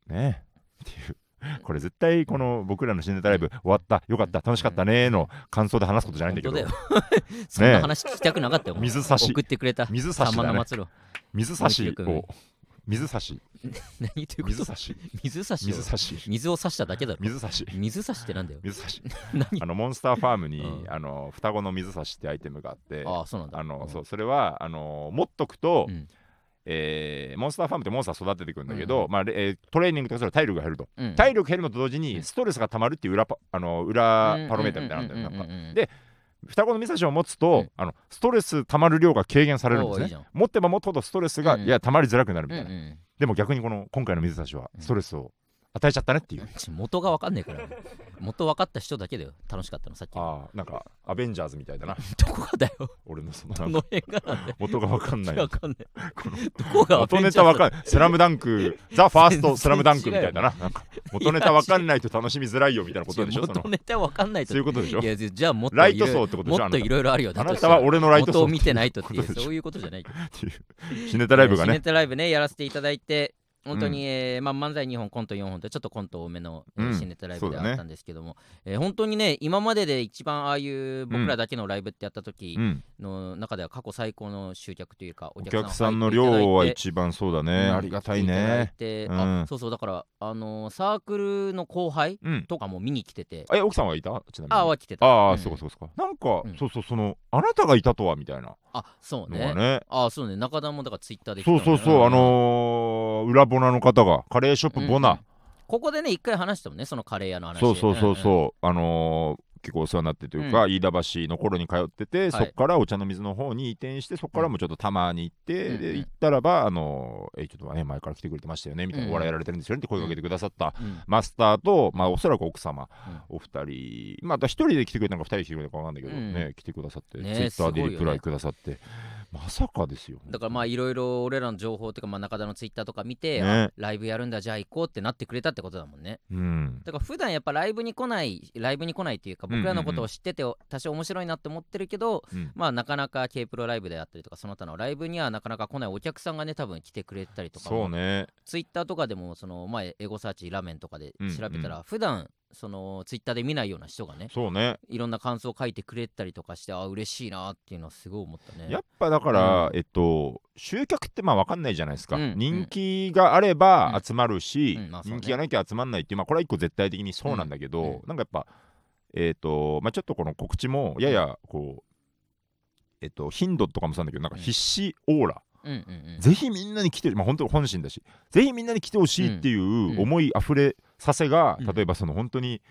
S2: ねっていうこれ絶対この僕らの新ネタライブ終わったよかった楽しかったねーの感想で話すことじゃないんだけど
S1: 本当だよ <laughs> そんな話聞きたくなかったよ、もう
S2: 水差し
S1: 送ってくれた
S2: 水差し
S1: 玉
S2: だ
S1: の
S2: ね
S1: 末路
S2: 水差し
S1: 森
S2: を水差し
S1: <laughs> 何ということ
S2: 水差し
S1: 水差しを
S2: 水差し
S1: 水を差しただけだろ
S2: 水差し
S1: 水差しってなんだよ
S2: 水差し
S1: 何
S2: あのモンスターファームに、
S1: うん
S2: あの双子の水差しってアイテムがあって
S1: ああそうなんだ
S2: あの、
S1: ん
S2: そうそれはあの持っとくと、
S1: うん
S2: えーモンスターファームってモンスター育ててくるんだけ
S1: うん
S2: ど、
S1: う
S2: まあれえートレーニングとかすると体力が減ると、
S1: うん
S2: 体力減るのと同時にストレスがたまるっていう裏パあの裏
S1: うん
S2: パロメーターみたいなのあるんだよ、
S1: う
S2: なんか
S1: んうんうんうんうん
S2: で双子のミサシを持つと、
S1: うん
S2: あのストレス溜まる量が軽減されるんで
S1: おーい
S2: す
S1: い
S2: ね
S1: じゃん
S2: 持ってば持つほどストレスが、
S1: うん
S2: いや溜まりづらくなるみ
S1: う
S2: た
S1: ん
S2: いな、
S1: うん
S2: でも逆にこの今回の水差しは
S1: うん
S2: ストレスを与えちゃったねっていう、
S1: ちょ元が分かんないから、元分かった人だけだよ楽しかっ
S2: <laughs>
S1: たのさっきの
S2: ああなんかアベンジャーズみたいだな
S1: どこがだよ
S2: 俺のそのな
S1: こ
S2: んか
S1: の辺がなんで
S2: 元が分かんない
S1: 分かんないどこが
S2: 元ネタ分か
S1: ん
S2: んないスラムダンクザ・ファーストスラムダンクみたいだ
S1: 全
S2: ななんか元ネタ分かんないと楽しみづらいよみたいなことでしょその
S1: 元ネタ分かんないと
S2: そういうことでしょ
S1: いやじゃあもっと
S2: ライ
S1: い
S2: ト
S1: ろいろ
S2: 層ってことでし
S1: も
S2: ょ
S1: っといろいろあるよ
S2: あ
S1: だ
S2: な
S1: としたた
S2: は
S1: ら
S2: 俺のライト
S1: 元
S2: 層
S1: を見てないとっていう
S2: ことでしょ
S1: そういうことじゃない
S2: っていうシネタライブが
S1: シネ
S2: ね
S1: タライブねやらせていただいて本当に、えーまあ、漫才2本コント4本とちょっとコント多めの、えー
S2: うん
S1: 新ネタライ
S2: そ
S1: ブで
S2: うだ
S1: は
S2: ね
S1: あったんですけども、えー本当にね今までで一番ああいう僕らだけのライブってやった時
S2: うん
S1: の中では過去最高の集客というかお
S2: お
S1: 客さん
S2: 客さんの量は
S1: 入っていただいて
S2: 一番そうだ
S1: う
S2: ね
S1: ん
S2: ありがたい
S1: 来
S2: ね
S1: ていただいて、
S2: う
S1: あ
S2: ん
S1: そうそうだからあのーサークルの後輩
S2: うん
S1: とかも見に来てて、
S2: え奥さんはいたちなみに
S1: ああは来てた
S2: ああ、
S1: うん
S2: そうかそうかそうか。なんか、
S1: うん
S2: そうそう、その、あなたがいたとはみたいな
S1: あそう
S2: のが
S1: ね
S2: ね。
S1: あそうね中田もだからツイッターで来た
S2: そ
S1: の
S2: う
S1: ね
S2: そうそう、あのー、裏ボナの方が、カレーショップボナ。
S1: ここでね一回話したもんねそのカレー屋の話
S2: そうそうそ
S1: うん
S2: う
S1: うん
S2: そう、あのー、結構お世話になってというか、
S1: う
S2: 飯田橋の頃に通ってて、
S1: い
S2: そっからお茶の水の方に移転してそっからもちょっとたまに行って、
S1: うんうん
S2: で行ったらば「あのーえちょっとね前から来てくれてましたよね」みたいな、
S1: うん
S2: お笑いやられてるんですよね」って声かけてくださった
S1: うん
S2: マスターと、まあ、おそらく奥様、
S1: う
S2: お二人また一人で来てくれたのか二人で来てくれたのか分かんないけど、
S1: うん
S2: ね来てくださって、
S1: ね
S2: ツイッター
S1: すご
S2: で
S1: いよね
S2: リプライくださって、まさかですよ
S1: だからまあいろいろ俺らの情報とかまあ中田のツイッターとか見て、
S2: ね
S1: あライブやるんだじゃあ行こうってなってくれたってことだもんね
S2: うん
S1: だから普段やっぱライブに来ないライブに来ないっていうか僕らのことを知ってて多少面白いなって思ってるけど、
S2: うん
S1: まあなかなか K プロライブであったりとかその他のライブにはなかなか来ないお客さんがね多分来てくれたりとか
S2: そうね
S1: ツイッターとかでもその前エゴサーチラーメンとかで調べた
S2: うん
S1: ら普段そのツイッターで見ないような人がね
S2: そうね
S1: いろんな感想を書いてくれたりとかしてあ嬉しいなっていうのはすごい思ったね
S2: やっぱだから、えっと集客ってまあ分かんないじゃないですか、
S1: うん
S2: 人気があれ
S1: う
S2: ば
S1: ん
S2: 集まるし、
S1: うんまあそうね
S2: 人気がなきゃ集まんないっていう、まあ、これは一個絶対的にそうなんだけど、
S1: うんうん
S2: なんかやっぱえっとまあちょっとこの告知もややこうえっと頻度とかもそうなんだけどなんか必死オーラ、
S1: うんうんうん
S2: ぜひみんなに来て、まあ、本当本心だし、ぜひみんなに来てほしいっていう思いあふれさせが、
S1: うん
S2: 例えばその本当に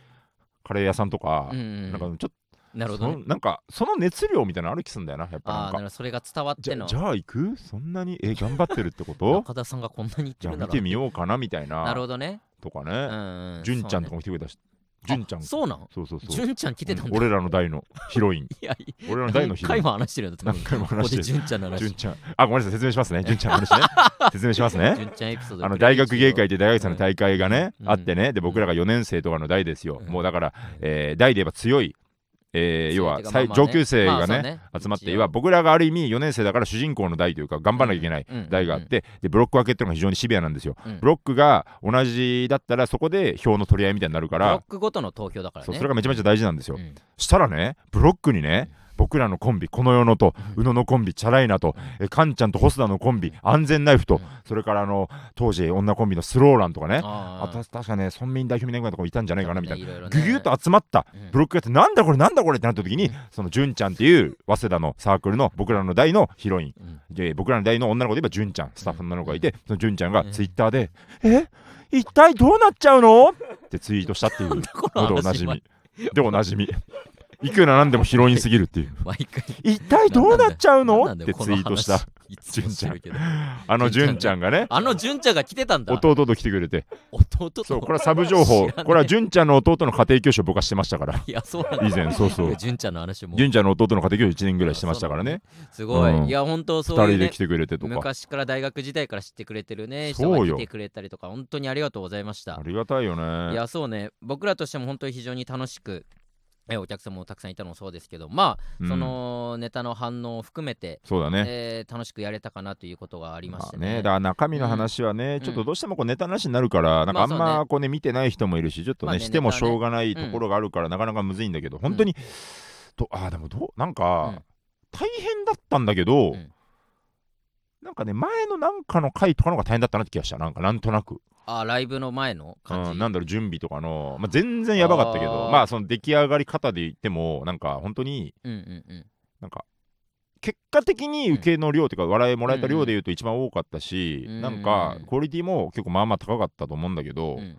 S2: カレー屋さんとか、
S1: うんうんうん
S2: なんかちょっと
S1: なるほ
S2: そ
S1: ど
S2: の
S1: ね
S2: なんかその熱量みたいなのある気すんだよな、やっぱ
S1: ああ
S2: なん
S1: ーなるほ
S2: か。
S1: どそれが伝わっ
S2: じ
S1: て
S2: ゃ
S1: の
S2: じゃあ行くそんなに、え、頑張ってるってこと
S1: 中田さんがこんなに言って
S2: <laughs> じゃあ
S1: るな
S2: 見
S1: ら
S2: てみようかなみたいな、
S1: なるほどね
S2: とか
S1: うん
S2: ね、
S1: うん
S2: 純、ちゃんと
S1: そうね
S2: かも来てくれたし、純、ちゃん、
S1: あそうなん
S2: そうそうそう。
S1: 純ちゃん来てたんだ。
S2: 俺らの代のヒロイン
S1: <laughs> いや
S2: 俺らの代の
S1: 何
S2: ヒロイ
S1: 回
S2: ン。
S1: も話してるんだって
S2: 何回も
S1: ここ
S2: 話
S1: で
S2: してる。
S1: 純ちゃんの話
S2: 純ちゃん。あ、ごめんなさい、説明しますね。純ちゃんの
S1: <laughs>
S2: 話ね。説明しますね。
S1: 純ちゃんエピソード
S2: あの大学芸会っ
S1: で
S2: て大学生の大会がね、
S1: うん
S2: あってねで僕らが4年生とかの代ですよ、
S1: うん
S2: もうだから、えー代で言えば強い、えー要は最上級生がね,、集まっていわ僕らがある意味4年生だから主人公の代というか頑張らなきゃいけない代があって、でブロック分けっていうのが非常にシビアなんですよ、
S1: うん
S2: ブロックが同じだったらそこで票の取り合いみたいになるか
S1: ブロッ
S2: ら、
S1: クごとの投票だから
S2: そう
S1: ね
S2: それがめちゃめちゃ大事なんですよ、
S1: うん
S2: したらねブロックにね僕らのコンビこの世のと宇野のコンビチャライナとえカンちゃんと細田のコンビ安全ナイフ
S1: う
S2: と
S1: ん
S2: それからあの当時女コンビのスローランとかねあ
S1: あ
S2: た確かね村民代表みたいなとこいたんじゃないかなみたいな。
S1: な
S2: ギュギュッと集まったブロックやってなんだこれなんだこれってなった時にその純ちゃんっていう早稲田のサークルの僕らの代のヒロインで僕らの代の女の子で言えば純ちゃんスタッフの女の子がいてその純ちゃんが
S1: うん
S2: ツイッターで「え一体どうなっちゃうの?」ってツイートした
S1: <laughs>
S2: っていうの
S1: こ
S2: で
S1: の
S2: おな
S1: 話
S2: じ
S1: 毎
S2: みでおなじみいくらなんでもヒロインすぎるっていう
S1: 回
S2: <laughs> 一体どうなっちゃうの
S1: なん
S2: っ
S1: だ
S2: て
S1: よ
S2: ツイートした
S1: この話いつもしてるけど
S2: あの純ちゃんがね
S1: あの純ちゃんが来てたんだ
S2: 弟と来てくれて
S1: 弟と
S2: そうこれはサブ情報
S1: 知らない
S2: これは純ちゃんの弟の家庭教師を僕はしてましたから
S1: いやそうなんだ
S2: 以前そうそ
S1: いうや純ちゃんの話も
S2: 純ちゃんの弟の家庭教師1年ぐらいしてましたからね
S1: すごい、
S2: うん
S1: いや本当
S2: 2
S1: そうい
S2: 人
S1: う、
S2: で
S1: ね
S2: 来、てくれてとか
S1: 昔から大学時代から知ってくれてるね人
S2: そう
S1: が
S2: よ
S1: 来てくれたりとか本当にありがとうございました
S2: ありがたいよ
S1: い
S2: ね
S1: やそうね僕らとしても本当に非常に楽しくえお客様もたくさんいたのもそうですけどまあ、
S2: うん
S1: そのネタの反応を含めて、
S2: そうだね
S1: えー楽しくやれたかなということがありまし
S2: ま
S1: た
S2: あ
S1: ね,、
S2: ねだから中身の話は
S1: ん
S2: ねちょっとどうしてもこうネタなしになるからな
S1: ま
S2: んかあ
S1: あ
S2: ん
S1: そうね
S2: まこうね見てない人もいるしちょっと
S1: まあ
S2: ね
S1: ね
S2: しても
S1: ネ
S2: し
S1: タはね
S2: ょうがないところがあるからなかなかむずいんだけど本当にとあーでもどうなん
S1: うん
S2: か大変だったんだけ
S1: う
S2: ど
S1: ん
S2: なんかね前のなんかの回とかの方が大変だったなって気がしたなんかなんとなく
S1: あライブの前の感じ、
S2: うん、なんだろう準備とかの、まあ、全然やばかったけど
S1: あー
S2: まあその出来上がり方で言ってもなんか本当に
S1: うんうんうん
S2: なんか結果的に受けの量というか笑いもらえた量で言うと一番多かったし、
S1: うん
S2: なんか
S1: うん
S2: クオリティも結構まあまあ高かったと思うんだけど、
S1: うん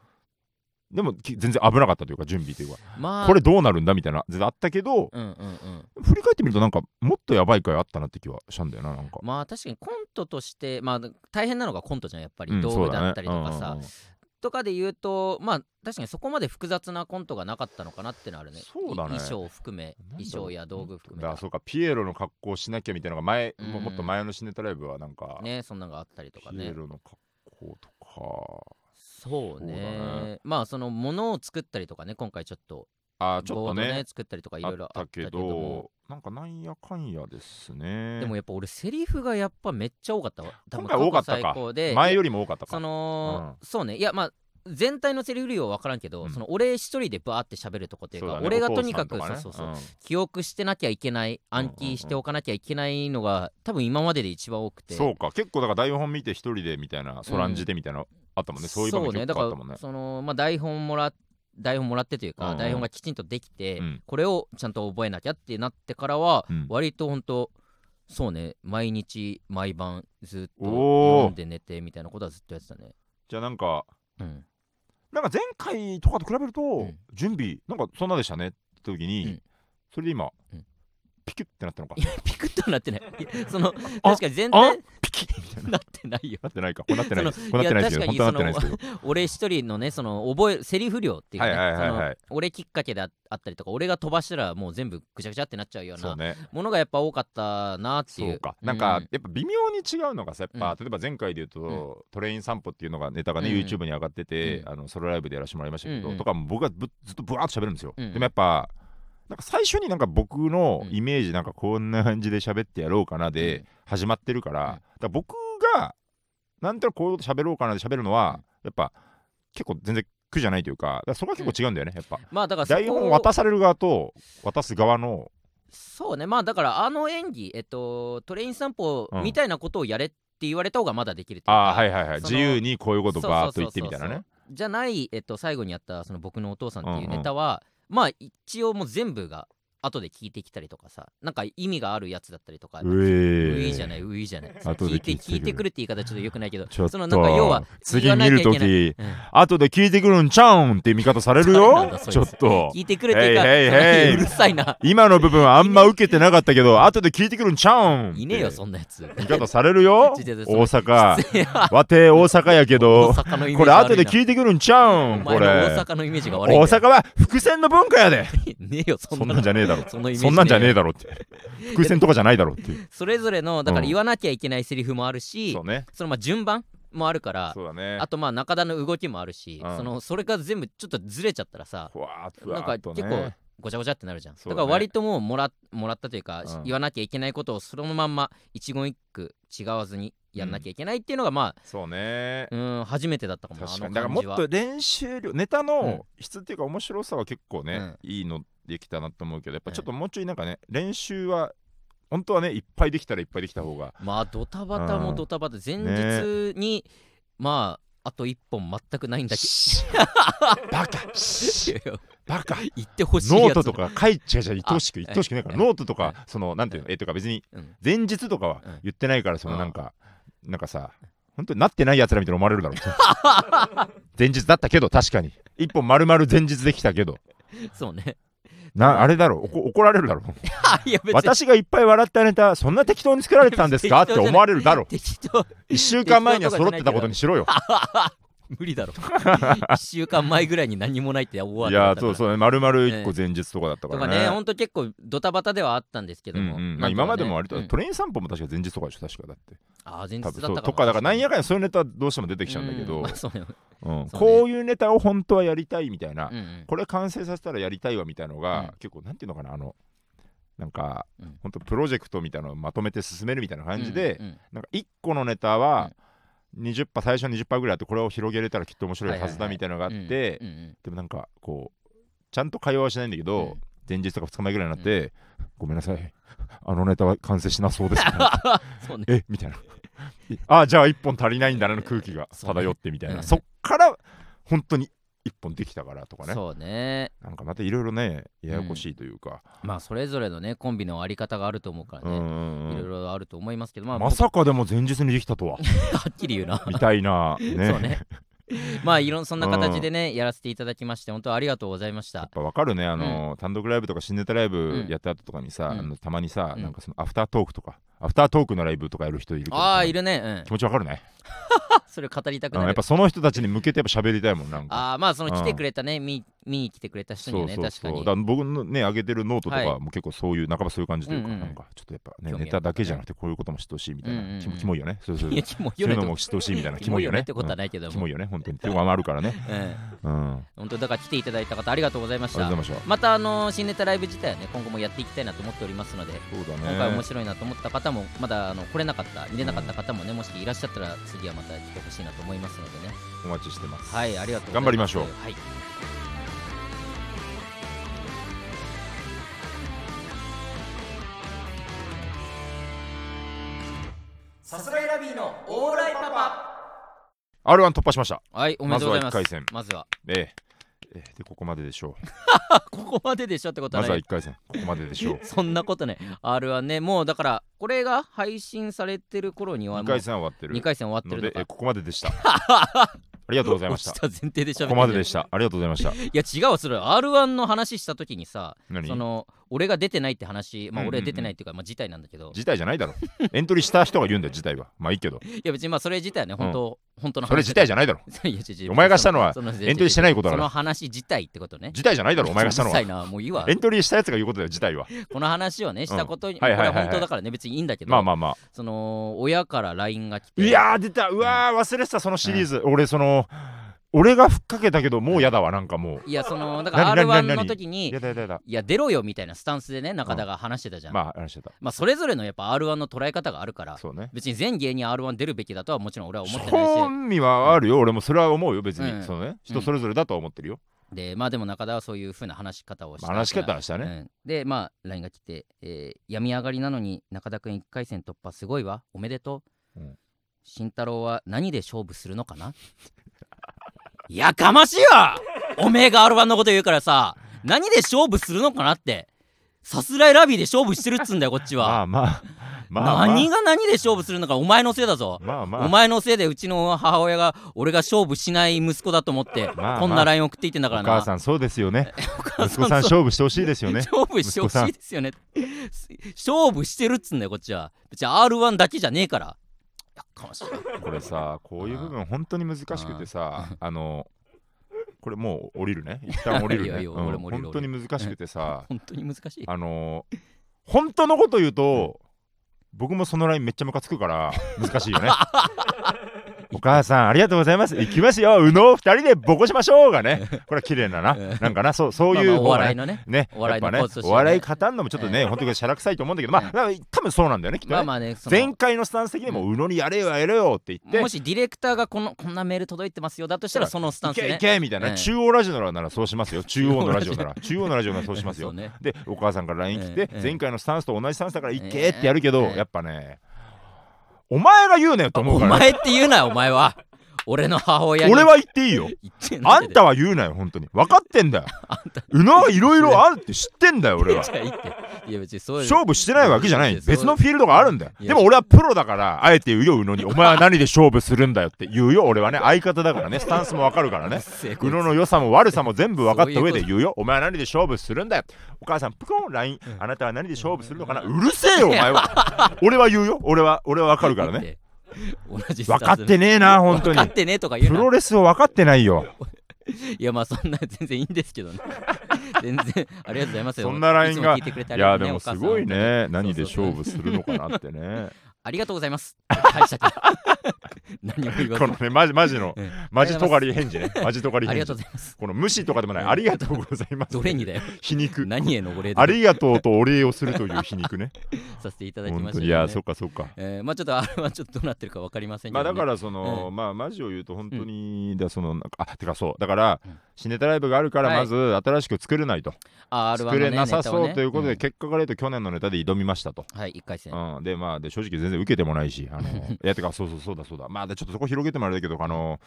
S2: でもき全然危なかったというか準備というか
S1: まあ
S2: これどうなるんだみたいな全然あったけど
S1: うんうんうん
S2: 振り返ってみるとなんかもっとやばい回あったなって気はしたんだよななんか、
S1: まあ確かにコントとしてまあ大変なのがコントじゃんやっぱ
S2: う
S1: り
S2: ん
S1: 道
S2: そう
S1: 具だったりとかさ、
S2: ね
S1: とかで言うとまあ確かにそこまで複雑なコントがなかったのかなってのはあるね
S2: そうだね
S1: い衣装を含め
S2: なんだろう
S1: 衣装や道具含
S2: うん
S1: め
S2: うんうんだから
S1: た
S2: そうかピエロの格好をしなきゃみたいなのが前、も
S1: うん
S2: もっと前のシネタライブはなんか、
S1: ねそんなのがあったりとか
S2: ピ
S1: ね
S2: エロの格好とか
S1: そうね
S2: そうだ
S1: まあそのものを作ったりとかね今回ちょっと
S2: あーちょ
S1: ボ
S2: っと
S1: ード
S2: ね
S1: ね作ったりとかいろいろあ
S2: あ
S1: った
S2: った
S1: け
S2: け
S1: ども
S2: どなんかなんやかんやですね
S1: でもやっぱ俺セリフがやっぱめっちゃ多かったわ多分
S2: 今回多かった
S1: 過去
S2: か
S1: 最高で
S2: 前よりも多かったか
S1: その、そうねいやまあ全体のセリフ量は分からんけど、
S2: うん
S1: その俺一人でバーって喋るとこっていう
S2: そう
S1: か
S2: だね
S1: 俺が
S2: お
S1: と
S2: 父
S1: に
S2: さ
S1: か
S2: ん
S1: く
S2: と
S1: そ
S2: ね
S1: うそうそう、
S2: ん
S1: 記憶してなきゃいけない暗記しておかなきゃいけないのが、多分今までで一番多くて
S2: そうか結構だから台本見て一人でみたいなそらんじでみたいな、あったもんねそういう場面
S1: ね
S2: 結
S1: だ
S2: 構あ
S1: か
S2: ったもんね
S1: らその、まあ、台本もら台本もらってというか、
S2: うんうん
S1: 台本がきちんとできて、
S2: うん
S1: これをちゃんと覚えなきゃってなってからは、
S2: うん
S1: 割と本当そうね毎日毎晩ずっと
S2: おー
S1: 読んで寝てみたいなことはずっとやってたね、
S2: じゃあなんか
S1: うん、
S2: なんか前回とかと比べると、
S1: ん
S2: 準備なんかそんなでしたねって時に、
S1: うん
S2: それで今、
S1: うん
S2: ピキュってなったのか
S1: いやピクッとな
S2: <laughs>
S1: ってないいやその
S2: あ
S1: 確かに全
S2: あ
S1: 体
S2: ピキッみたいな
S1: なってないよ
S2: なってないかこうなってないです
S1: その
S2: こうなってないですけど
S1: い
S2: 本当
S1: や
S2: はなってないですけど
S1: 俺一人のねその覚えセリフ量っていうかね、
S2: はいはいはいはい
S1: その俺きっかけでああったりとか俺が飛ばしたらもう全部ぐちゃぐちゃってなっちゃうよう
S2: そう
S1: な
S2: ね
S1: ものがやっぱ多かったなっていう
S2: そうかなんか、
S1: う
S2: やっぱ微妙に違うのがさやっぱ、
S1: う
S2: 例えば前回で言うと、トレイン散歩っていうのがネタがね、
S1: うん
S2: YouTube に上がってて、
S1: うん
S2: あのソロライブでやらせてもらいましたけど、
S1: うんうん
S2: とかも僕がぶずっとぶわーっと喋るんですよ、
S1: うん
S2: でもやっぱなんか最初になんか僕の
S1: うん
S2: イメージなんかこんな感じで喋ってやろうかな
S1: う
S2: で
S1: ん
S2: 始まってるから,、
S1: うん
S2: だから僕がなんとなくこういうこと喋ろうかなで喋るのは、やっぱ結構全然苦じゃないというかだからそこは結構違うんだよね、やっぱ。
S1: まあだからそこ
S2: 台本渡される側と渡す側の
S1: そうねまあだからあの演技えっとトレイン散歩
S2: うん
S1: みたいなことをやれって言われた方がまだできるというか
S2: ああはいはいはい
S1: そ
S2: 自
S1: の
S2: 由にこういうこと
S1: そう
S2: バーっと
S1: そう
S2: 言
S1: そう
S2: ってみたいなね
S1: そうじゃない、えっと、最後にやったその僕のお父さんっていう
S2: うんうん
S1: ネタは、まあ一応もう全部が後で聞いてきたりとかさなんか意味があるやつだったりとか、
S2: うえ
S1: ういじゃ
S2: い
S1: ないういじゃない
S2: 後
S1: 聞
S2: で
S1: いて
S2: 聞いてく
S1: 聞いてくる
S2: る
S1: って言い方ちょっとよくないけど
S2: ちょっと
S1: そのなんか要は
S2: 次
S1: 言わなき
S2: 見
S1: ゃ
S2: る
S1: いけ
S2: と
S1: ない
S2: き
S1: うん
S2: 後で聞いてくるんちゃうんって見方される
S1: 誰なん
S2: よ
S1: だそいつ
S2: ちょっと
S1: 聞いてくるっていうか、
S2: へいへいへいう
S1: るさいな
S2: 今の部分あんま受けてなかったけど後で聞いてくるんちゃうんって
S1: いねえよそんなやつ
S2: 見方されるよ
S1: <laughs> ちょちょ
S2: 大
S1: ちょ
S2: 阪
S1: 失礼な
S2: わて大阪や
S1: <laughs>
S2: け
S1: 大
S2: ど
S1: 阪のイメージ悪いな
S2: これ後で聞いてくるんちゃ
S1: お
S2: うんこ
S1: 前
S2: れ
S1: の大阪のイメージが悪い
S2: 大
S1: んだよ
S2: 阪は伏線の文化やで
S1: ねえよ <laughs> そん
S2: そ
S1: なん
S2: なんじゃねえだろ
S1: そのイメージ
S2: そんなんじゃねえだろって <laughs> 伏線とかじゃないだろっていう
S1: それぞれのだから
S2: うん
S1: 言わなきゃいけないセリフもあるし、
S2: そうね
S1: そのまあ順番もあるから
S2: そうだね
S1: あとまあ中田の動きもあるし、
S2: うん
S1: そのそれが全部ちょっとずれちゃったらさ
S2: ふわーっと
S1: なんか結構ごちゃごちゃってなるじゃんだ,、
S2: そうだね
S1: から割ともうもらもらったというか、
S2: うん
S1: 言わなきゃいけないことをそのまんま一言一句違わずにやんなきゃいけないっていうのがまあ
S2: そうね
S1: うん初めてだったかも
S2: 確か
S1: あ
S2: に
S1: の
S2: だか
S1: 感
S2: らも
S1: じ
S2: っ
S1: は
S2: と練習量ネタ
S1: うん
S2: の質っていうか面白さは結構ね、
S1: うん
S2: いいのできたなと思うけどやっぱちょっと
S1: う
S2: もうちょいなんかね練習は本当はねいっぱいできたらいっぱいできた方が
S1: まあドタバタもドタバタ前日に、まああと一本全くないんだけ <laughs>
S2: バカシ
S1: ど
S2: バカ
S1: <laughs> 言ってほしいやつ
S2: ノートとか書いちゃうじゃいとしく
S1: あ
S2: いとしくないから
S1: うん
S2: ノートとかそのなんていうのえとか別に
S1: うん
S2: 前日とかは
S1: うん
S2: 言ってないからそのなんかなんかさ本当になってないやつらみたいに思われるだろう <laughs> 前日だったけど確かに一本丸々前日できたけど
S1: そうね
S2: なあれだろうおこ怒られるだろ
S1: <laughs>
S2: う
S1: いや別に
S2: 私がいっぱい笑ったネタそんな適当に作られてたんですか
S1: <laughs>
S2: っ
S1: 適当じ
S2: て
S1: ゃない
S2: 思われるだろ
S1: 適当
S2: 1週間前には揃ってたことにしろよ
S1: 無理だろ <laughs> 1週間前ぐらいに何もないって思わ
S2: い
S1: なか
S2: や
S1: ったから
S2: そうそうね丸々1個前日とかだったか
S1: とからね
S2: ね
S1: ほんと結構ドタバタではあったんですけ
S2: う
S1: ど
S2: ん
S1: も、
S2: うん
S1: なん
S2: まあ
S1: とかね
S2: 今までも割と
S1: うん
S2: トレイン散歩も確か前日とかでしょ確かだって
S1: ああ前日だ
S2: 多
S1: ったか
S2: 分そう
S1: も
S2: とかだからなんや
S1: か
S2: かんやそういうネタどうしても出てきちゃうんだけど
S1: まあそうよ、
S2: うん
S1: そうね
S2: こういうネタを本当はやりたいみたいな
S1: うんうん
S2: これ完成させたらやりたいわみたいの
S1: うん
S2: が結構なんていうのかなあのなんか
S1: うん
S2: 本当プロジェクトみたいなのをまとめて進めるみたいな感じで
S1: うんうん
S2: なんか1個のネタは20%最初20%ぐらいあってこれを広げれたらきっと面白いはずだみたいなのがあっ
S1: うん
S2: て
S1: うんうん
S2: でもなんかこうちゃんと会話はしないんだけ
S1: うん
S2: ど前日とか2日前ぐらいになって「ごめんなさいあのネタは完成しなそうですね
S1: <laughs> そうね
S2: えみたいな「あじゃあ1本足りないんだな」の空気が
S1: そうね
S2: 漂ってみたい
S1: うん
S2: なそっから本当に1本できたからとかね
S1: そうね
S2: なんかまたいろいろねややこしいというか
S1: まあそれぞれのねコンビのあり方があると思うか
S2: う
S1: ら
S2: ん
S1: ね、い
S2: うん
S1: ろいうろあると思いますけどまあ
S2: んまさかでも前日にできたとは
S1: 僕はっきり言うな
S2: みたいな
S1: そう
S2: ね
S1: ねまあいろんそんな形でね、やらせていただきまして本当ありがとうございまし
S2: やったぱわかるねあの、単独ライブとか新ネタライブ
S1: うん
S2: やった後とかにさ、
S1: うん
S2: あのたまにさ、
S1: うん
S2: なんかそのアフタートークとかアフタートークのライブとかやる人いるけど
S1: ああいるね
S2: 気
S1: うん
S2: 持ちわかるね
S1: それ語りたく
S2: うん
S1: な
S2: やっ
S1: る
S2: ぱその人たちに向けてやっぱ喋りたいもんなんか
S1: ああまあその来てくれたね、見見に来てくれた人に
S2: そ
S1: は
S2: う
S1: ね
S2: そう
S1: 確
S2: そ
S1: か
S2: う
S1: に
S2: だから僕のね上げてるノートと
S1: は
S2: か
S1: い
S2: も結構そういう半ばそういう感じというか、
S1: うんうん
S2: なんかちょっとやっぱね
S1: 興味ある
S2: ネタだけじゃなくてこういうことも知ってほしいみたいな、
S1: うんうんうん
S2: キモキモいよねそうそ
S1: い
S2: うそう
S1: やキモい
S2: そう
S1: よ
S2: い
S1: ね
S2: うのも知ってほしいみたいなキモいよね
S1: ってことはないけど
S2: キ
S1: も、
S2: モいよね本当にっていうのもあるからね
S1: うん、
S2: うんあ
S1: 本当だから来ていただいた方ありがとうございまし
S2: りが
S1: た
S2: とうございまし
S1: またあの新ネタライブ自体はね今後もやっていきたいなと思っておりますので
S2: たそうだね
S1: 今回面白いなと思った方もまだあの来れなかった見れなかった方もねもしいらっしゃったら次はまた来てほしいなと思いますのでね
S2: お待ちしてます
S1: はいありがとうございます
S2: 頑張りましょう
S1: はい
S4: さすらいラビーのオーライパパ
S2: R1 突破しました
S1: はいおめでとうございます
S2: まずは一回戦
S1: まずは
S2: ええええでここまででしょう
S1: ここまででしょってこと
S2: ま
S1: は
S2: ず
S1: な
S2: はい1回戦ここまででしょう
S1: そんなことね R はねもうだからこれが配信されてる頃には
S2: 2
S1: もう
S2: 回戦は終わって
S1: <laughs>
S2: る
S1: 二回戦終わって
S2: の
S1: る
S2: で
S1: と
S2: ええ
S1: か
S2: ここまででした
S1: <laughs>
S2: ありがとうございました
S1: 落ち前提でし
S2: ここまででしたありがとうございました
S1: いや違うわそれ R1 の話した時にさ
S2: 何
S1: その俺が出てないって話ま
S2: う
S1: あ
S2: んうんうん
S1: 俺は出てないっていうか、まあ事態なんだけど
S2: 事態じゃないだろエントリーした人が言うんだよ事態はまあいいけど
S1: いや別にまあそれ自体はね本当、本当の話
S2: それ事態じゃないだろ
S1: ゃいや違う違う <laughs>
S2: お前がしたのは
S1: その
S2: エントリーしてないことだ
S1: その
S2: ろ
S1: 話自体ってことね
S2: 事態じゃないだろお前がしたの
S1: う
S2: は
S1: るさいなもういいわ
S2: エントリーしたやつが言うことだよ事態は
S1: この話をねしたことに、
S2: はいはいはいはい
S1: これは本当だからね別にいいんだけど、
S2: まあまあまあ
S1: その親から LINE が来て
S2: いやー出たうわー忘れてたそのシリーズ俺その俺がふっかけたけどもうやだわなんかもう
S1: いやそのだから
S2: <laughs> 何何
S1: R1
S2: 何
S1: の時に
S2: やだやだやだ
S1: いや出ろよみたいなスタンスでね中田が話してたじゃん、まあ、
S2: まあ話してた
S1: それぞれのやっぱ R1 の捉え方があるから
S2: そうね
S1: 別に全芸人 R1 出るべきだとはもちろん俺は思ってないし
S2: 興味はあるよ、俺もそれは思うよ別に、
S1: うん
S2: そのね人それぞれだとは思ってるよ、
S1: でまあでも中田はそういう風な話し方をした
S2: まあ話し方はしたね、
S1: うんでまあ LINE が来て、えー病み上がりなのに中田くん1回戦突破すごいわおめでとう、
S2: うん
S1: 慎太郎は何で勝負するのかな <laughs> やかましいわおめえが R1 のこと言うからさ何で勝負するのかなってさすらいラビーで勝負してるっつんだよこっち
S2: ま
S1: は、
S2: あまあまあ
S1: 何が何で勝負するのかお前のせいだぞ
S2: まあまあ
S1: お前のせいでうちの母親が俺が勝負しない息子だと思って
S2: まあ
S1: こんな LINE 送っていってんだ
S2: お
S1: からな
S2: 母さんそうです
S1: <laughs>
S2: よね
S1: ん
S2: 息子さん勝負してほしいですよね
S1: 勝負してほしいですよね。勝負してるっつんだよ、こっちは。別に R1 だけじゃねえから。やっかましいわ。
S2: これさこういう部分本当に難しくてさあのこれもう降りるね一旦降りる
S1: いいよい
S2: ね
S1: いよ
S2: うん
S1: 俺も降りる
S2: 本当に難しくてさ
S1: 本当に難しい。
S2: あの本当のこと言うと僕もそのラインめっちゃムカつく
S1: <laughs>
S2: から難しいよねお母さんありがとうございます行きますよ右脳二人でボコしましょうがねこれは綺麗だななんかなそうそうい
S1: まあまあ
S2: う
S1: お
S2: 方が
S1: 笑い
S2: ね
S1: のね。
S2: ね
S1: お笑いの
S2: やっぱ
S1: コースとして
S2: ね
S1: ね
S2: お笑い語んのもちょっとね本当にしゃらくさいと思うんだけどまあ
S1: うん
S2: 多分そうなんだよねきっと
S1: まあ
S2: ね
S1: まあね、そ
S2: 前
S1: の
S2: 回のスタンス的にもうのにやれよやれよって言って
S1: もしディレクターがこのこんなメール届いてますよだとしたらそのスタン
S2: い
S1: ス
S2: け
S1: ね
S2: い。けみたいな、
S1: うん
S2: 中央ラジオならならそうしますよ <laughs> 中央のラジオなら中央のラジオなら <laughs> そうします
S1: そ
S2: よ
S1: うね。
S2: でお母さんから LINE 来て、
S1: ええ
S2: 前回のスタンスと同じスタンスだからい
S1: え
S2: けってやるけど、
S1: ええ
S2: やっぱねお前が言うなよと思
S1: お
S2: うからね、
S1: 前って言うなよ、お前は。俺の母親に。
S2: 俺は言っていいよ
S1: 言って
S2: あんた
S1: は
S2: は言うなよ本当に分かってんだ <laughs> ようのはいろいろあるって知ってんだよ俺は
S1: 言って。いや別にそういう。
S2: 勝負してないわけじゃないい
S1: やそう
S2: 別のフィールドがあるんだよ
S1: いや
S2: でも俺はプロだからあえて言うようのにお前は何で勝負するんだよって言うよ俺はね相方だからねスタンスも分かるからね
S1: せこい
S2: 宇野の良さも悪さも全部分かった
S1: そうい
S2: 上で
S1: うこと
S2: 言うよお前は何で勝負するんだよお母さんプコン LINE あなたは何で勝負するのかなうるせえよお前
S1: <laughs>
S2: は俺は言うよ俺は俺は分かるからね。
S1: 同じスタン
S2: 分
S1: ス
S2: かってねえな本当に
S1: 分かってねとか言う
S2: プ
S1: な
S2: ロレスを分かってないよ
S1: <laughs> いやまあそんな全然いいんですけどね <laughs> 全然ありがとうございますよ
S2: そんな LINE
S1: いつも
S2: が
S1: 聞いてくれてあ
S2: い
S1: りが
S2: や
S1: とう
S2: で
S1: ね
S2: も
S1: お母さ
S2: す
S1: ん
S2: ごいね何で
S1: そうそう
S2: 勝負するのかなってね
S1: ありがとうございます返したけど <laughs> 何も言わず
S2: このねマジマジの
S1: ええ
S2: マジとがり返事ねマジとがり
S1: あり
S2: 返
S1: がとう
S2: 事
S1: ございます
S2: この無視とかでもないありがとうございます
S1: どれ
S2: <laughs>
S1: にだよ
S2: 皮肉
S1: 何へのお礼
S2: あ
S1: だと
S2: りがとうとお礼をするという皮肉
S1: <laughs>
S2: ね
S1: させていただきま
S2: 本
S1: したけど
S2: 当に
S1: ね
S2: いやそっかそっか
S1: えーまあちょっとあれはちょっとどうなってるかわかりませんけ
S2: ま
S1: ど
S2: あ
S1: ね
S2: だからその、
S1: う
S2: まあマジを言うと本当に、だそのなんかあてかそうだから、
S1: うん
S2: シネタライブがあるから
S1: はい
S2: まず新しく作れないと、
S1: あ R1 の
S2: 作れなさそう
S1: ね
S2: ということで、
S1: ネタをね
S2: 結果から言うと去年のネタで挑みましたと、
S1: うんはい一回戦
S2: うん、でまあで正
S1: <laughs>
S2: 直全然受けてもないしあのいやてかそうそうそうだそうだまあでちょっとそこ広げてもあれだけどあの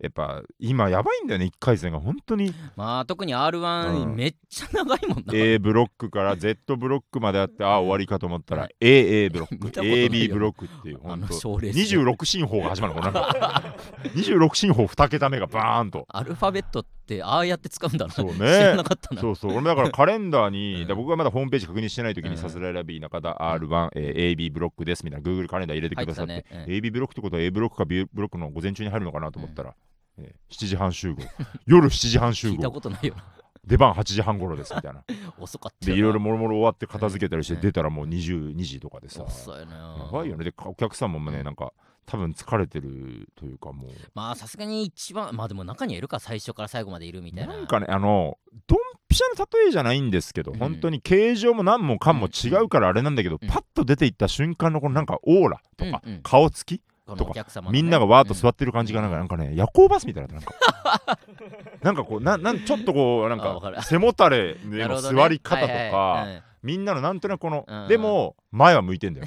S2: やっぱ今やばいんだよね1回戦が本当に
S1: まあ特に R1
S2: うん
S1: めっちゃ長いもんな、
S2: A ブロックから Z ブロックまであってあ終わりかと思ったら AA ブロッ
S1: <laughs>
S2: ク
S1: 見たことないよ
S2: AB ブロックっていう
S1: あ
S2: 本
S1: の
S2: 当
S1: 賞レース
S2: 26進法が始まるのかな
S1: <laughs>
S2: 26進法2桁目がバーンと
S1: アルファベットってああやって使うんだろ
S2: そうね
S1: <laughs> 知らなかったな
S2: そうそう俺だからカレンダーに、
S1: うん
S2: だから僕がまだホームページ確認してない時
S1: う
S2: に
S1: ん
S2: さすらいラビー中田 R1、えー AB ブロックですみたいな Google カレンダー入れて
S1: 入
S2: く
S1: って
S2: ださ
S1: た
S2: って、
S1: ね、うん
S2: AB ブロックってことは A ブロックか B ブロックの午前中に入るのかなと思ったら、えー7時半集合夜7時半集
S1: 聞いた
S2: 合
S1: ことないよ
S2: 出番8時半頃ですみたいな
S1: <laughs> 遅かった
S2: で
S1: よ
S2: いろいろもろもろ終わって片付けたりして
S1: うん
S2: 出たらもう22時とかでさ
S1: 遅いな
S2: やばいよねでお客さんも
S1: う
S2: ね
S1: ん
S2: なんか多分疲れてるというかもう
S1: まあさすがに一番まあでも中にはいるか最初から最後までいるみたいな
S2: なんかねあのドンピシャの例えじゃないんですけど、
S1: うん
S2: 本当に形状も何もかも違うからあれなんだけど、
S1: うん
S2: パッと出ていった瞬間のこのなんかオーラとか、
S1: うんうん
S2: 顔つき、
S1: ことの
S2: か
S1: お客様のね
S2: みんながわーっと座
S1: うん
S2: ってる感じがなんか,、なんかね夜行バスみたいだったなんか
S1: <laughs>
S2: なんかこうななんちょっとこうなん
S1: あわか
S2: か
S1: る
S2: 背もたれ
S1: な
S2: で
S1: る
S2: の
S1: ほどね
S2: 座り方とか、
S1: はいはいうん
S2: みんなのなんとなくこの、
S1: うんうん
S2: でも前は向いてん
S1: <laughs>
S2: だよ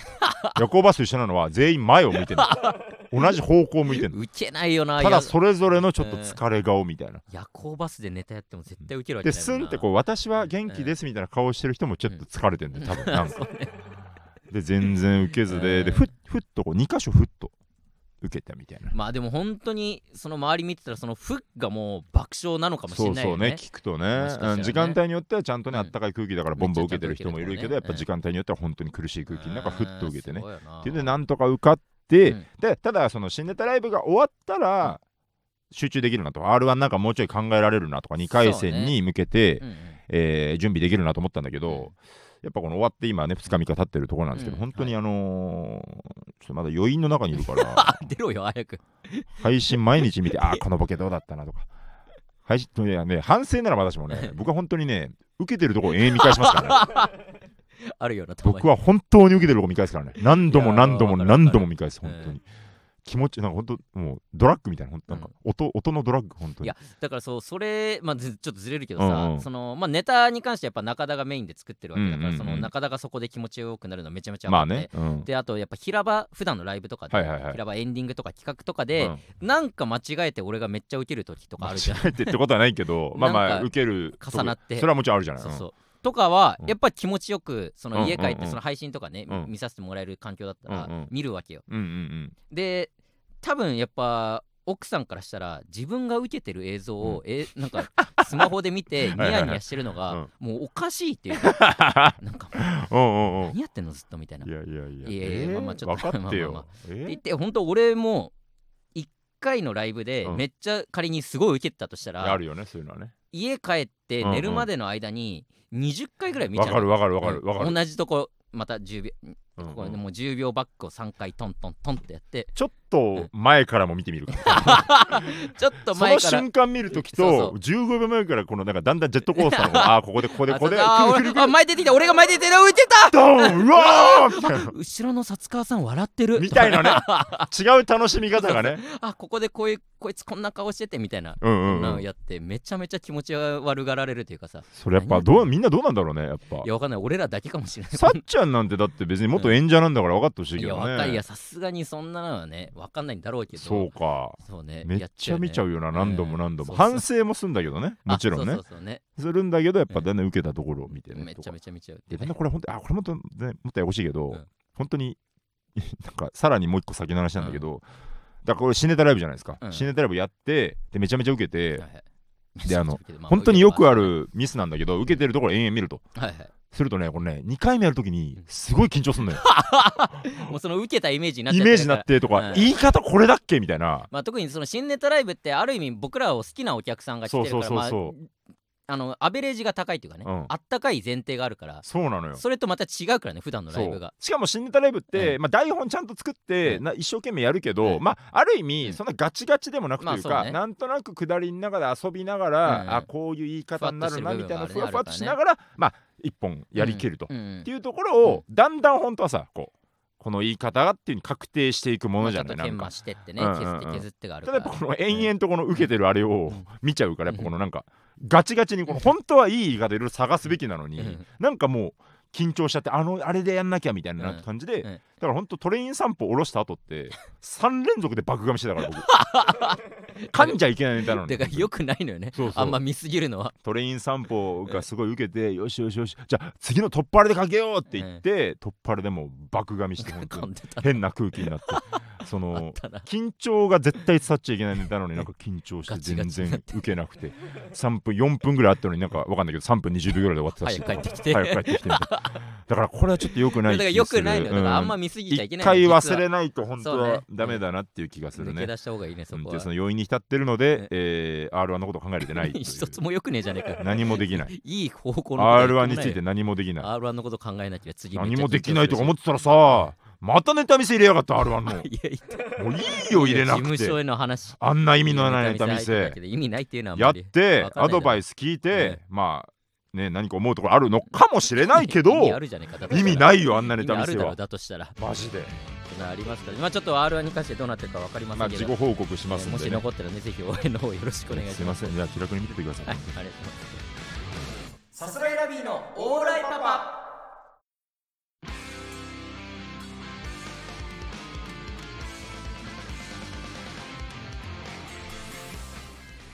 S2: 夜行バスと一緒なのは全員前を向いてんだ
S1: <laughs>
S2: よ同じ方向を向いてんだよ
S1: ウケないよな
S2: た
S1: や
S2: だそれぞれのちょっと疲れ顔みたいな、
S1: 夜行バスでネタやっても絶対ウケるわけ
S2: で
S1: ない
S2: ス
S1: もん
S2: ン
S1: な
S2: ってこう私は元気ですみたいな顔してる人もちょっと疲れてんだよ多分なんかで全然受けずで、
S1: うん
S2: でふっふっとこう2箇所ふっと受けたみたいな、
S1: まあでも本当にその周り見てたらその「ふ」がもう爆笑なのかもし
S2: そ
S1: れ
S2: う
S1: ない
S2: そう
S1: よ
S2: ね
S1: ね
S2: 聞くと
S1: もしか
S2: ね
S1: したらね
S2: うん時間帯によってはちゃんとね、
S1: うん
S2: あったかい空気だからボンボン受けてる人もいるけどやっぱ
S1: めっちゃ
S2: 時間帯によっては本当に苦しい空気の中ふっと受けてね
S1: うんすごいよな
S2: っていうのでなんとか受かって、
S1: うん
S2: でただその新ネタライブが終わったら集中できるなと r 1なんかもうちょい考えられるなとか2回戦に向けて、
S1: うんうん
S2: えー準備できるなと思ったんだけど、
S1: うん
S2: やっぱこの終わって今ね2日3日経ってるところなんですけど、
S1: うん
S2: 本当にあのーちょっとまだ余韻の中にいるから
S1: <laughs> 出ろよ早く
S2: 配信毎日見てあーこのボケどうだったなとか配信いやね反省なら私もね僕は本当にね受けてるところ永遠見返しますからね
S1: <laughs> あるよなたまに
S2: 僕は本当に受けてるとこ見返すからね <laughs> 何度も何度も
S1: いやーわかる
S2: 何度も見返す
S1: わか
S2: 本
S1: る
S2: 当に気持ちなんか本当もうドラッグみたいな本当なんか音音のドラッグ本当
S1: い
S2: に
S1: やだからそうそれ、まあ、ずちょっとずれるけど
S2: うん
S1: さ、
S2: うん
S1: そのまあ、ネタに関してやっぱ中田がメインで作ってるわけだから、
S2: うんうんうん
S1: その中田がそこで気持ちよくなるのはめちゃめちゃ分
S2: ま
S1: か
S2: あ
S1: って、
S2: ねうん
S1: であとやっぱ平場普段のライブとかで、
S2: はいはいはい
S1: 平場エンディングとか企画とか
S2: う
S1: で、
S2: ん
S1: なんか間違えて俺がめっちゃウケる時とかあるじゃん
S2: 間違えてってことはない
S1: <laughs>
S2: けどまあま
S1: なん
S2: あ
S1: か
S2: 受ける
S1: 重なって
S2: それはもちろんあるじゃない
S1: そうそうとかは
S2: うん
S1: やっぱ気持ちよくその家帰
S2: う
S1: っ
S2: んうんう
S1: て
S2: ん
S1: その配信とかね、
S2: うん
S1: 見させてもらえる環境だった
S2: うんう
S1: ら
S2: ん
S1: 見るわけよ
S2: うんうんうん
S1: で多分やっぱ奥さんからしたら自分が受けてる映像を、えなんかスマホで見
S2: <laughs>
S1: てニヤニヤしてるの
S2: はいは
S1: が
S2: い
S1: もうおかしいって
S2: <laughs>
S1: いうかなんか
S2: うんうんうん
S1: 何やってんのずっとみたいな。っ
S2: いやいやいや
S1: いやいや
S2: えー
S1: まあまあちょっと
S2: 分かって
S1: まあ
S2: よ
S1: ま
S2: え
S1: て
S2: ー
S1: 言って本当俺も1回のライブで
S2: うん
S1: めっちゃ仮にすごい受けてたとしたら、
S2: あるよねそういうのはね
S1: 家帰って寝るまでの間に20回ぐらい見ちゃ
S2: わ
S1: う
S2: かるわかるわかる
S1: うん
S2: わかる
S1: 同じとこまた10秒、
S2: うんうん
S1: ここでもう10秒バックを3回トントントンってやって
S2: ちょっと前からも見てみる
S1: <laughs>
S2: から
S1: ちょっと
S2: そ
S1: 前
S2: の
S1: から
S2: 瞬間見るとき
S1: そうそ
S2: と15秒前からこのなんかだんだんジェットコースタ
S1: <laughs>
S2: ーのこのああここでここでここで
S1: あそうあ
S2: くるくるく
S1: 俺あ前出てきた俺が前出てきた浮いてた
S2: るドーンうわ
S1: <laughs>
S2: ーみたいな
S1: 後ろの薩川さん笑ってる
S2: みたいなね違う楽しみ方がね
S1: <laughs> あここでこういうこいつこんな顔しててみたいな、
S2: うんうん
S1: な
S2: うんん
S1: やってめちゃめちゃ気持ち悪がられるというかさ
S2: それやっぱどうみんなどうなんだろうねやっぱ
S1: いやわかんない俺らだけかもしれない
S2: さっちゃんなんてだって別に元演者なんだから分かってほしい
S1: い
S2: け
S1: や
S2: ど
S1: わかい
S2: ね
S1: やさすがにそんなのはねわかんないんだろうけど
S2: そうか
S1: そうね
S2: めっちゃ見ちゃ
S1: や
S2: うよな何度も何度も
S1: うんそうそう
S2: 反省もすんだけどね
S1: うよね
S2: もちろん
S1: あ
S2: ね
S1: そうそうそうね
S2: するんだけどやっぱだんだん受けたところを見てね
S1: め
S2: と
S1: ちゃ
S2: か
S1: めちゃ見ちゃうって
S2: で
S1: ね
S2: みんなこれ本当にあこれもっとねもっとやほしいけど、
S1: うん
S2: 本当に <laughs> なんかさらにもう一個先の話なんだけど、だからこれ新ネタライブじゃないですか、
S1: うん
S2: 新ネタライブやってでめちゃめちゃ受け
S1: は
S2: て、
S1: いはい
S2: であの、
S1: ま
S2: 本当によくあ、るミスなんだけど受けてるところ延々見ると
S1: はいはい、
S2: するとねこれね2回目やるときにすごい緊
S1: <laughs>
S2: 張すんのよ
S1: もうその受けたイメージになっち
S2: イ
S1: ゃ
S2: メージになっ
S1: るから
S2: てとか、
S1: うん
S2: 言い方これだっけみたいな
S1: まあ、特にその新ネタライブってある意味僕らを好きなお客さんが来てるから
S2: そうそうそうそ
S1: まあ、あのアベレージが高いというかね、
S2: うん
S1: あったかい前提があるから
S2: そうなのよ
S1: それとまた違うからね普段のライブが
S2: そうしかも新ネタライブって、
S1: う
S2: まあ、台本ちゃんと作って、
S1: うん
S2: な一生懸命やるけど、
S1: うん
S2: まあ、ある意
S1: うん
S2: 味そんなガチガチでもなくというか、
S1: まあそうね
S2: なんとなく下りの中で遊びながら、
S1: うん
S2: あこういう言い方になる
S1: ふ
S2: な
S1: わっとしてる部分
S2: みたいなふ
S1: はあるね
S2: わふわっとしながら、まあ一本やりきると、
S1: うんうん
S2: っていうところを、だんだん本当はさこうこの言い方がっていうに確定していくものじゃない、
S1: まあちょっと研
S2: なん
S1: 磨
S2: か。
S1: してってね、
S2: うんうん
S1: 削っ
S2: うん
S1: て削ってがある
S2: た
S1: か
S2: だ
S1: ら
S2: やっぱこの延々とこの受けてるあれ
S1: う
S2: を
S1: ん
S2: 見ちゃうからやっぱこ
S1: う
S2: のなんかガチガチにこの本当はいい言い方いろいろ探すべきなのに
S1: うん
S2: なんかもう緊張しちゃってあのあれでやんなきゃみたいな
S1: うん
S2: 感じで、
S1: うん
S2: だからほんとトレイン散歩下ろした後
S1: <laughs>
S2: って3連続で爆噛みしてたから僕
S1: <laughs>
S2: 噛んじゃいけないネタなの
S1: だからよくないのよね
S2: そうそう
S1: あんま見すぎるのは
S2: トレイン散歩がすごい受けてよしよしよしじゃあ次のトッパレでかけようって言って、トッパレでもう爆噛みして
S1: <laughs>
S2: 本当
S1: 噛ん
S2: に
S1: でた
S2: 変な空気になってそ
S1: あ <laughs> っ
S2: の
S1: たな
S2: 緊張が絶対伝わっちゃいけないネタなのになんか緊張して
S1: ガチガ
S2: 全
S1: チになっ
S2: 然受けなくて3分4分ぐらいあったのになんかわかんないけど3分20秒ぐらいで終わってたし
S1: 早く帰ってきて
S2: 早く帰ってきてみたいな
S1: <laughs>
S2: だからこれはちょっと良くない
S1: だからよくないのよだからあんま
S2: 見
S1: 見すぎちゃいけ
S2: 一
S1: ない
S2: 回忘
S1: る
S2: れないと本当
S1: そうね
S2: はダメだなっていう気がする
S1: 抜
S2: ね
S1: け出した方がいいねそ
S2: うん
S1: こ
S2: で
S1: は
S2: その要因に浸ってるので、
S1: ね
S2: えー、R1 のこと考えれてないという
S1: 一つもよくねえじゃねえか
S2: 何もできない
S1: <laughs> いい方向のことは言っ
S2: R1
S1: ても
S2: に
S1: な
S2: ついて何もできない
S1: R1 のこと考えなきゃ次めっちゃ
S2: 何もできないとか思
S1: 緊
S2: ってたらさまたネタ見せ入れやがった R1 の
S1: 張するしいやい
S2: もういいよ入れ
S1: や
S2: な
S1: <laughs> 事務
S2: く
S1: 所
S2: て
S1: への話
S2: あんな意味のないネタ見
S1: 入ってるだ
S2: せ
S1: けで意味ないっていうのはあん
S2: や
S1: ま
S2: っ
S1: り
S2: て
S1: わかんない
S2: アドバイス聞いてまあね何か思うところあるのかもしれないけど
S1: 意味あるじゃねえかだと
S2: 意
S1: したら
S2: 味ないよあんな
S1: 意
S2: ネ
S1: 味
S2: タ
S1: あ
S2: 見
S1: る
S2: せ
S1: だろう
S2: は
S1: だとしたら
S2: マジで
S1: なありますから、まあ、ちょっと R1 に関してどうなってるかわかりま
S2: ま
S1: せ
S2: あ
S1: んけ
S2: 自
S1: ど、
S2: 己報告し
S1: え
S2: ます
S1: ー
S2: ん
S1: もし
S2: でね
S1: 残ったらね、ぜひ応援の方よろしくお願いし
S2: すい
S1: ま。
S2: ますせんじゃあ気楽に見ててくださ
S1: はいい、ありがとうございます。
S4: さすらいラビーのオーライパパ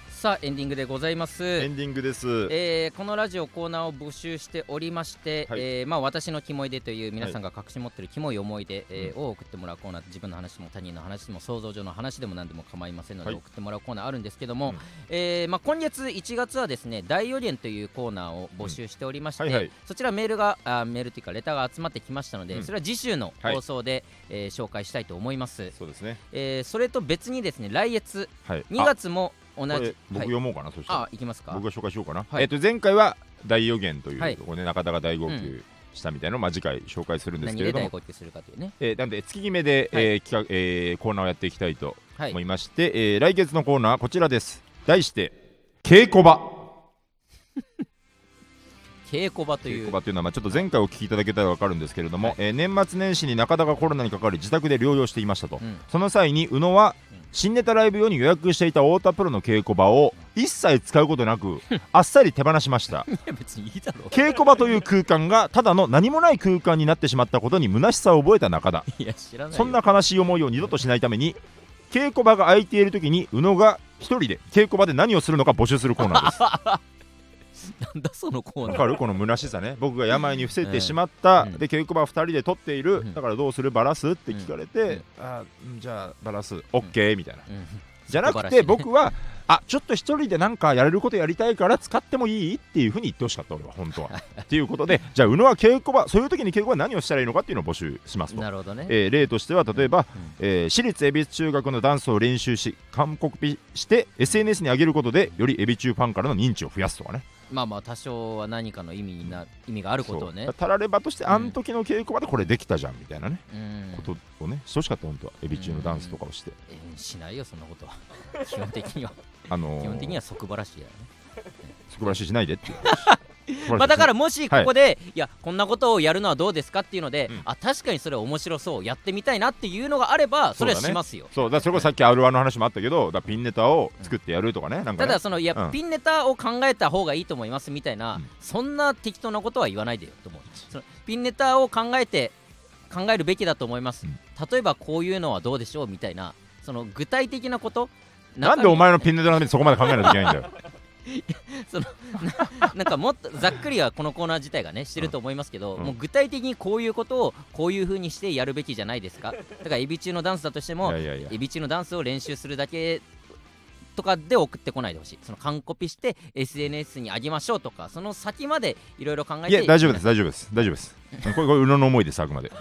S1: さあ、エンディングでございます。
S2: エンディングです
S1: えーこのラジオコーナーを募集しておりまして、
S2: はい
S1: えーまあ、私のキモいでという皆さんが隠し持ってるキモい思い出、えーを送ってもらうコーナー自分の話も他人の話も想像上の話でも何でも構いませんので、
S2: はい
S1: 送ってもらうコーナーあるんですけども、
S2: うん
S1: えーまあ、今月1月はですね大予言というコーナーを募集しておりまして、
S2: うんはいはい
S1: そちらメールがあメールというかレターが集まってきましたので、
S2: うん
S1: それは次週の
S2: はい
S1: 放送で、えー紹介したいと思います、
S2: そうですね
S1: えーそれと別にですね来月
S2: はい
S1: 2月も同
S2: あこ
S1: じ
S2: れ僕
S1: はい、
S2: 読もうかなそしたら
S1: あ行きますか
S2: 僕が紹介しようかな、
S1: はい
S2: えっと前回は大予言とい
S1: はいう
S2: ところで中田が大号
S1: う
S2: 泣したみたいなのを、まあ、次回紹介するんです
S1: 何
S2: けれ
S1: で
S2: ど
S1: 大
S2: も、
S1: 号泣するかというね
S2: えー、なんで月決めで、
S1: はい
S2: えー企画えーコーナーをやっていきたいと
S1: はい
S2: 思いまして、えー来月のコーナーはこちらです題して稽古場
S1: 稽古場と
S2: 稽
S1: いう
S2: 古場というのは、まあ、ちょっと前回お聞きいただけたら分かるんですけれども、えー年末年始に中田がコロナにかかり自宅で療養していましたと、
S1: うん
S2: その際に宇野は
S1: うん
S2: 新ネタライブ用に予約していた太田プロの稽古場を一切使うことな
S1: <laughs>
S2: くあっさり手放しました
S1: いや <laughs> 別にいいだろ
S2: 稽古場という空間がただの何もない空間になってしまったことに虚しさを覚えた中田
S1: <laughs> いや知らないよ
S2: そんな悲しい思いを二度としないために稽古場が空いている時に宇野が一人で稽古場で何をするのか募集するコーナーです
S1: なんだそのコー
S2: わ
S1: ナー
S2: か
S1: <laughs>
S2: るこの虚しさね僕が病に伏せてしまった、
S1: うん
S2: で稽古場二人で撮っている、
S1: うん
S2: だからどうするバラすって聞かれて、
S1: うん
S2: あうんじゃあバラす OK みたいな、
S1: うん
S2: じゃな
S1: 素晴
S2: く
S1: らしい
S2: て
S1: ね
S2: 僕はあちょっと一人でなんかやれることやりたいから使ってもいいっていうふうに言ってほしかった俺は本
S1: <laughs>
S2: 当は。っていうことでじゃあ宇野は稽古場そういう時に稽古場は何をしたらいいのかっていうのを募集しますと。
S1: なるほどね
S2: えー例としては例えば、えー私立恵比寿中学のダンスを練習し完コピして SNS に上げることでより恵比中ファンからの認知を増やすとかね
S1: まあまあ多少は何かの意味にな意味があることをね
S2: そうたらればとして
S1: うん
S2: あん時の稽古場でこれできたじゃんみたいなね、
S1: うん
S2: ことをねしてほしかった本当は恵比中のダンスとかをして、
S1: えーしないよそんなことは <laughs> 基本的 <laughs> には
S2: あのー、
S1: 基本的には即ばらしいだよね
S2: 素晴らしいしない
S1: <laughs>
S2: でっていう
S1: まあだから
S2: 素
S1: もしここで、い、やこんなことをやるのはどうですかっていうので、
S2: うん
S1: あ確かにそれ面白そうやってみたいなっていうのがあればそれはしますよ、
S2: そうだからそれこそさっき R1 の話もあったけどだからピンネタを作ってやるとかね、なんか
S1: た
S2: ね
S1: だそのいや、
S2: うん
S1: ピンネタを考えた方がいいと思いますみたいな、
S2: うん
S1: そんな適当なことは言わないでよと思うそのピンネタを考えて考えるべきだと思います、
S2: うん
S1: 例えばこういうのはどうでしょうみたいなその具体的なこと
S2: なんでお前のピンネタのためにそこまで考えなきゃいけない
S1: <laughs>
S2: んだよ
S1: 中身なんかもっとざっくりはこのコーナー自体がねしてると思いますけど、
S2: うん
S1: もう具体的にこういうことをこういう風にしてやるべきじゃないですかだからエビ中のダンスだとしても
S2: いやいやいや
S1: エビ中のダンスを練習するだけとかで送ってこないでほしい。その完コピして SNS に上げましょうとか、その先までいろいろ考えて。
S2: いや大丈夫です大丈夫です大丈夫ですこれこれ宇野の思いですあくまでこ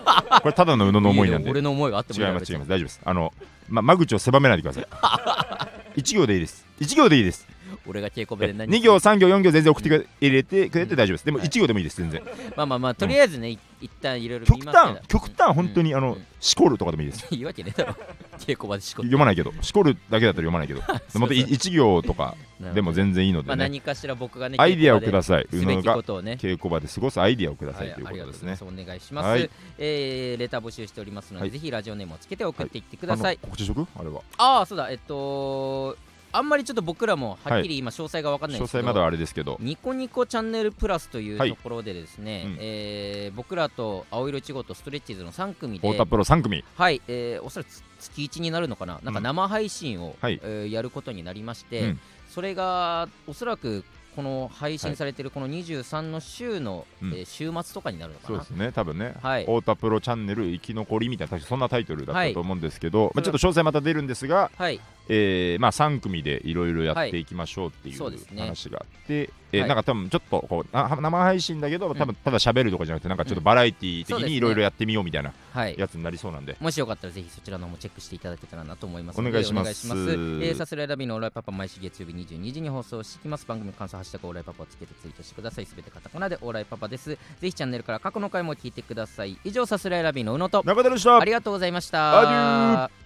S2: れただの宇野の思いなんで
S1: やや俺の思いがあっても
S2: 違い
S1: や
S2: ま
S1: 別
S2: す
S1: に
S2: 違います大丈夫ですあの、ま、間口を狭めないでくださ
S1: <laughs>
S2: い一行でいいです一行でいいです
S1: 俺が稽古場で何
S2: 2行3行4行全然送ってくれ入れてくれ
S1: うん
S2: て大丈夫ですでも
S1: はい
S2: 一行でもいいです全然
S1: まあまあまあ、とりあえずね、い一旦いろいろ
S2: 極端極端本当にあ
S1: う
S2: の
S1: ん <laughs>
S2: しこるとかでもいいです
S1: いいわけねえだろ。稽古場でしこって
S2: 読まないけどしこるだけだったら読まないけど
S1: <laughs> そう
S2: もっとい一行とかでも全然いいの
S1: ま
S2: で
S1: あ
S2: ね
S1: 何かしら僕がね、
S2: アイディアをくだ
S1: さ
S2: さい
S1: す
S2: 宇
S1: べ
S2: 野
S1: き
S2: が
S1: ことをね、
S2: 稽古場で過ごすアイディアをくださ
S1: はい
S2: という
S1: あ
S2: こ
S1: りが
S2: と
S1: とう
S2: で
S1: ご
S2: す
S1: ざいま
S2: ね
S1: す。お願いします。
S2: はい
S1: えーレター募集しておりますので、
S2: はい
S1: ぜひラジオネームをつけて送っていってく
S2: く
S1: ださい。
S2: 告知しとくあれは
S1: ああ、そうだ、えっと、あんまりちょっと僕らもはっきり今詳細が分かんない
S2: 詳
S1: ですけ
S2: 細
S1: ど、
S2: まだあれですけど
S1: ニコニコチャンネルプラスという
S2: はい
S1: ところでですね、
S2: うん
S1: えー僕らと青色いちごとストレッチーズの3組で
S2: 太田プロ3組
S1: はい、えーおそらくつ月1になるのかな、なんか生配信を、
S2: はい
S1: えーやることになりまして、
S2: うん
S1: それがおそらくこの配
S2: は
S1: 信
S2: い
S1: されてるこの23の週の、
S2: うん
S1: えー週末とかになるのか
S2: そうで
S1: な
S2: す。ね多分ね
S1: はい、
S2: 太田プロチャンネル生き残りみたいな確かそんなタイトルだっ
S1: は
S2: た
S1: い
S2: と思うんですけど、まあ、ちょっと詳細また出るんですが、
S1: はい、
S2: えーまあ、3組でいろいろやっていきましょうって
S1: は
S2: い
S1: いうそうですね
S2: 話があって、え
S1: は
S2: ー
S1: い
S2: なんか多分ちょっとこうな生配信だけど多分ただ喋るとかじゃなくてなんかちょっとバラエティー的
S1: そうです
S2: に
S1: ね
S2: いろいろやってみようみたいな
S1: はい、
S2: やつになりそうなんで、
S1: もしよかったらぜひそちらの方もチェックしていただけたらなと思いますので
S2: お願いします
S1: お願いします、えー、さすらいラビのオーライパパ毎週月曜日22時に放送していきます番組の感想ハッシュタグオーライパパをつけてツイートしてくださいすべてカタカナでオーライパパですぜひチャンネルから過去の回も聞いてください以上さすらいラビの宇野と
S2: 中田でした
S1: ありがとうございました
S2: アデュー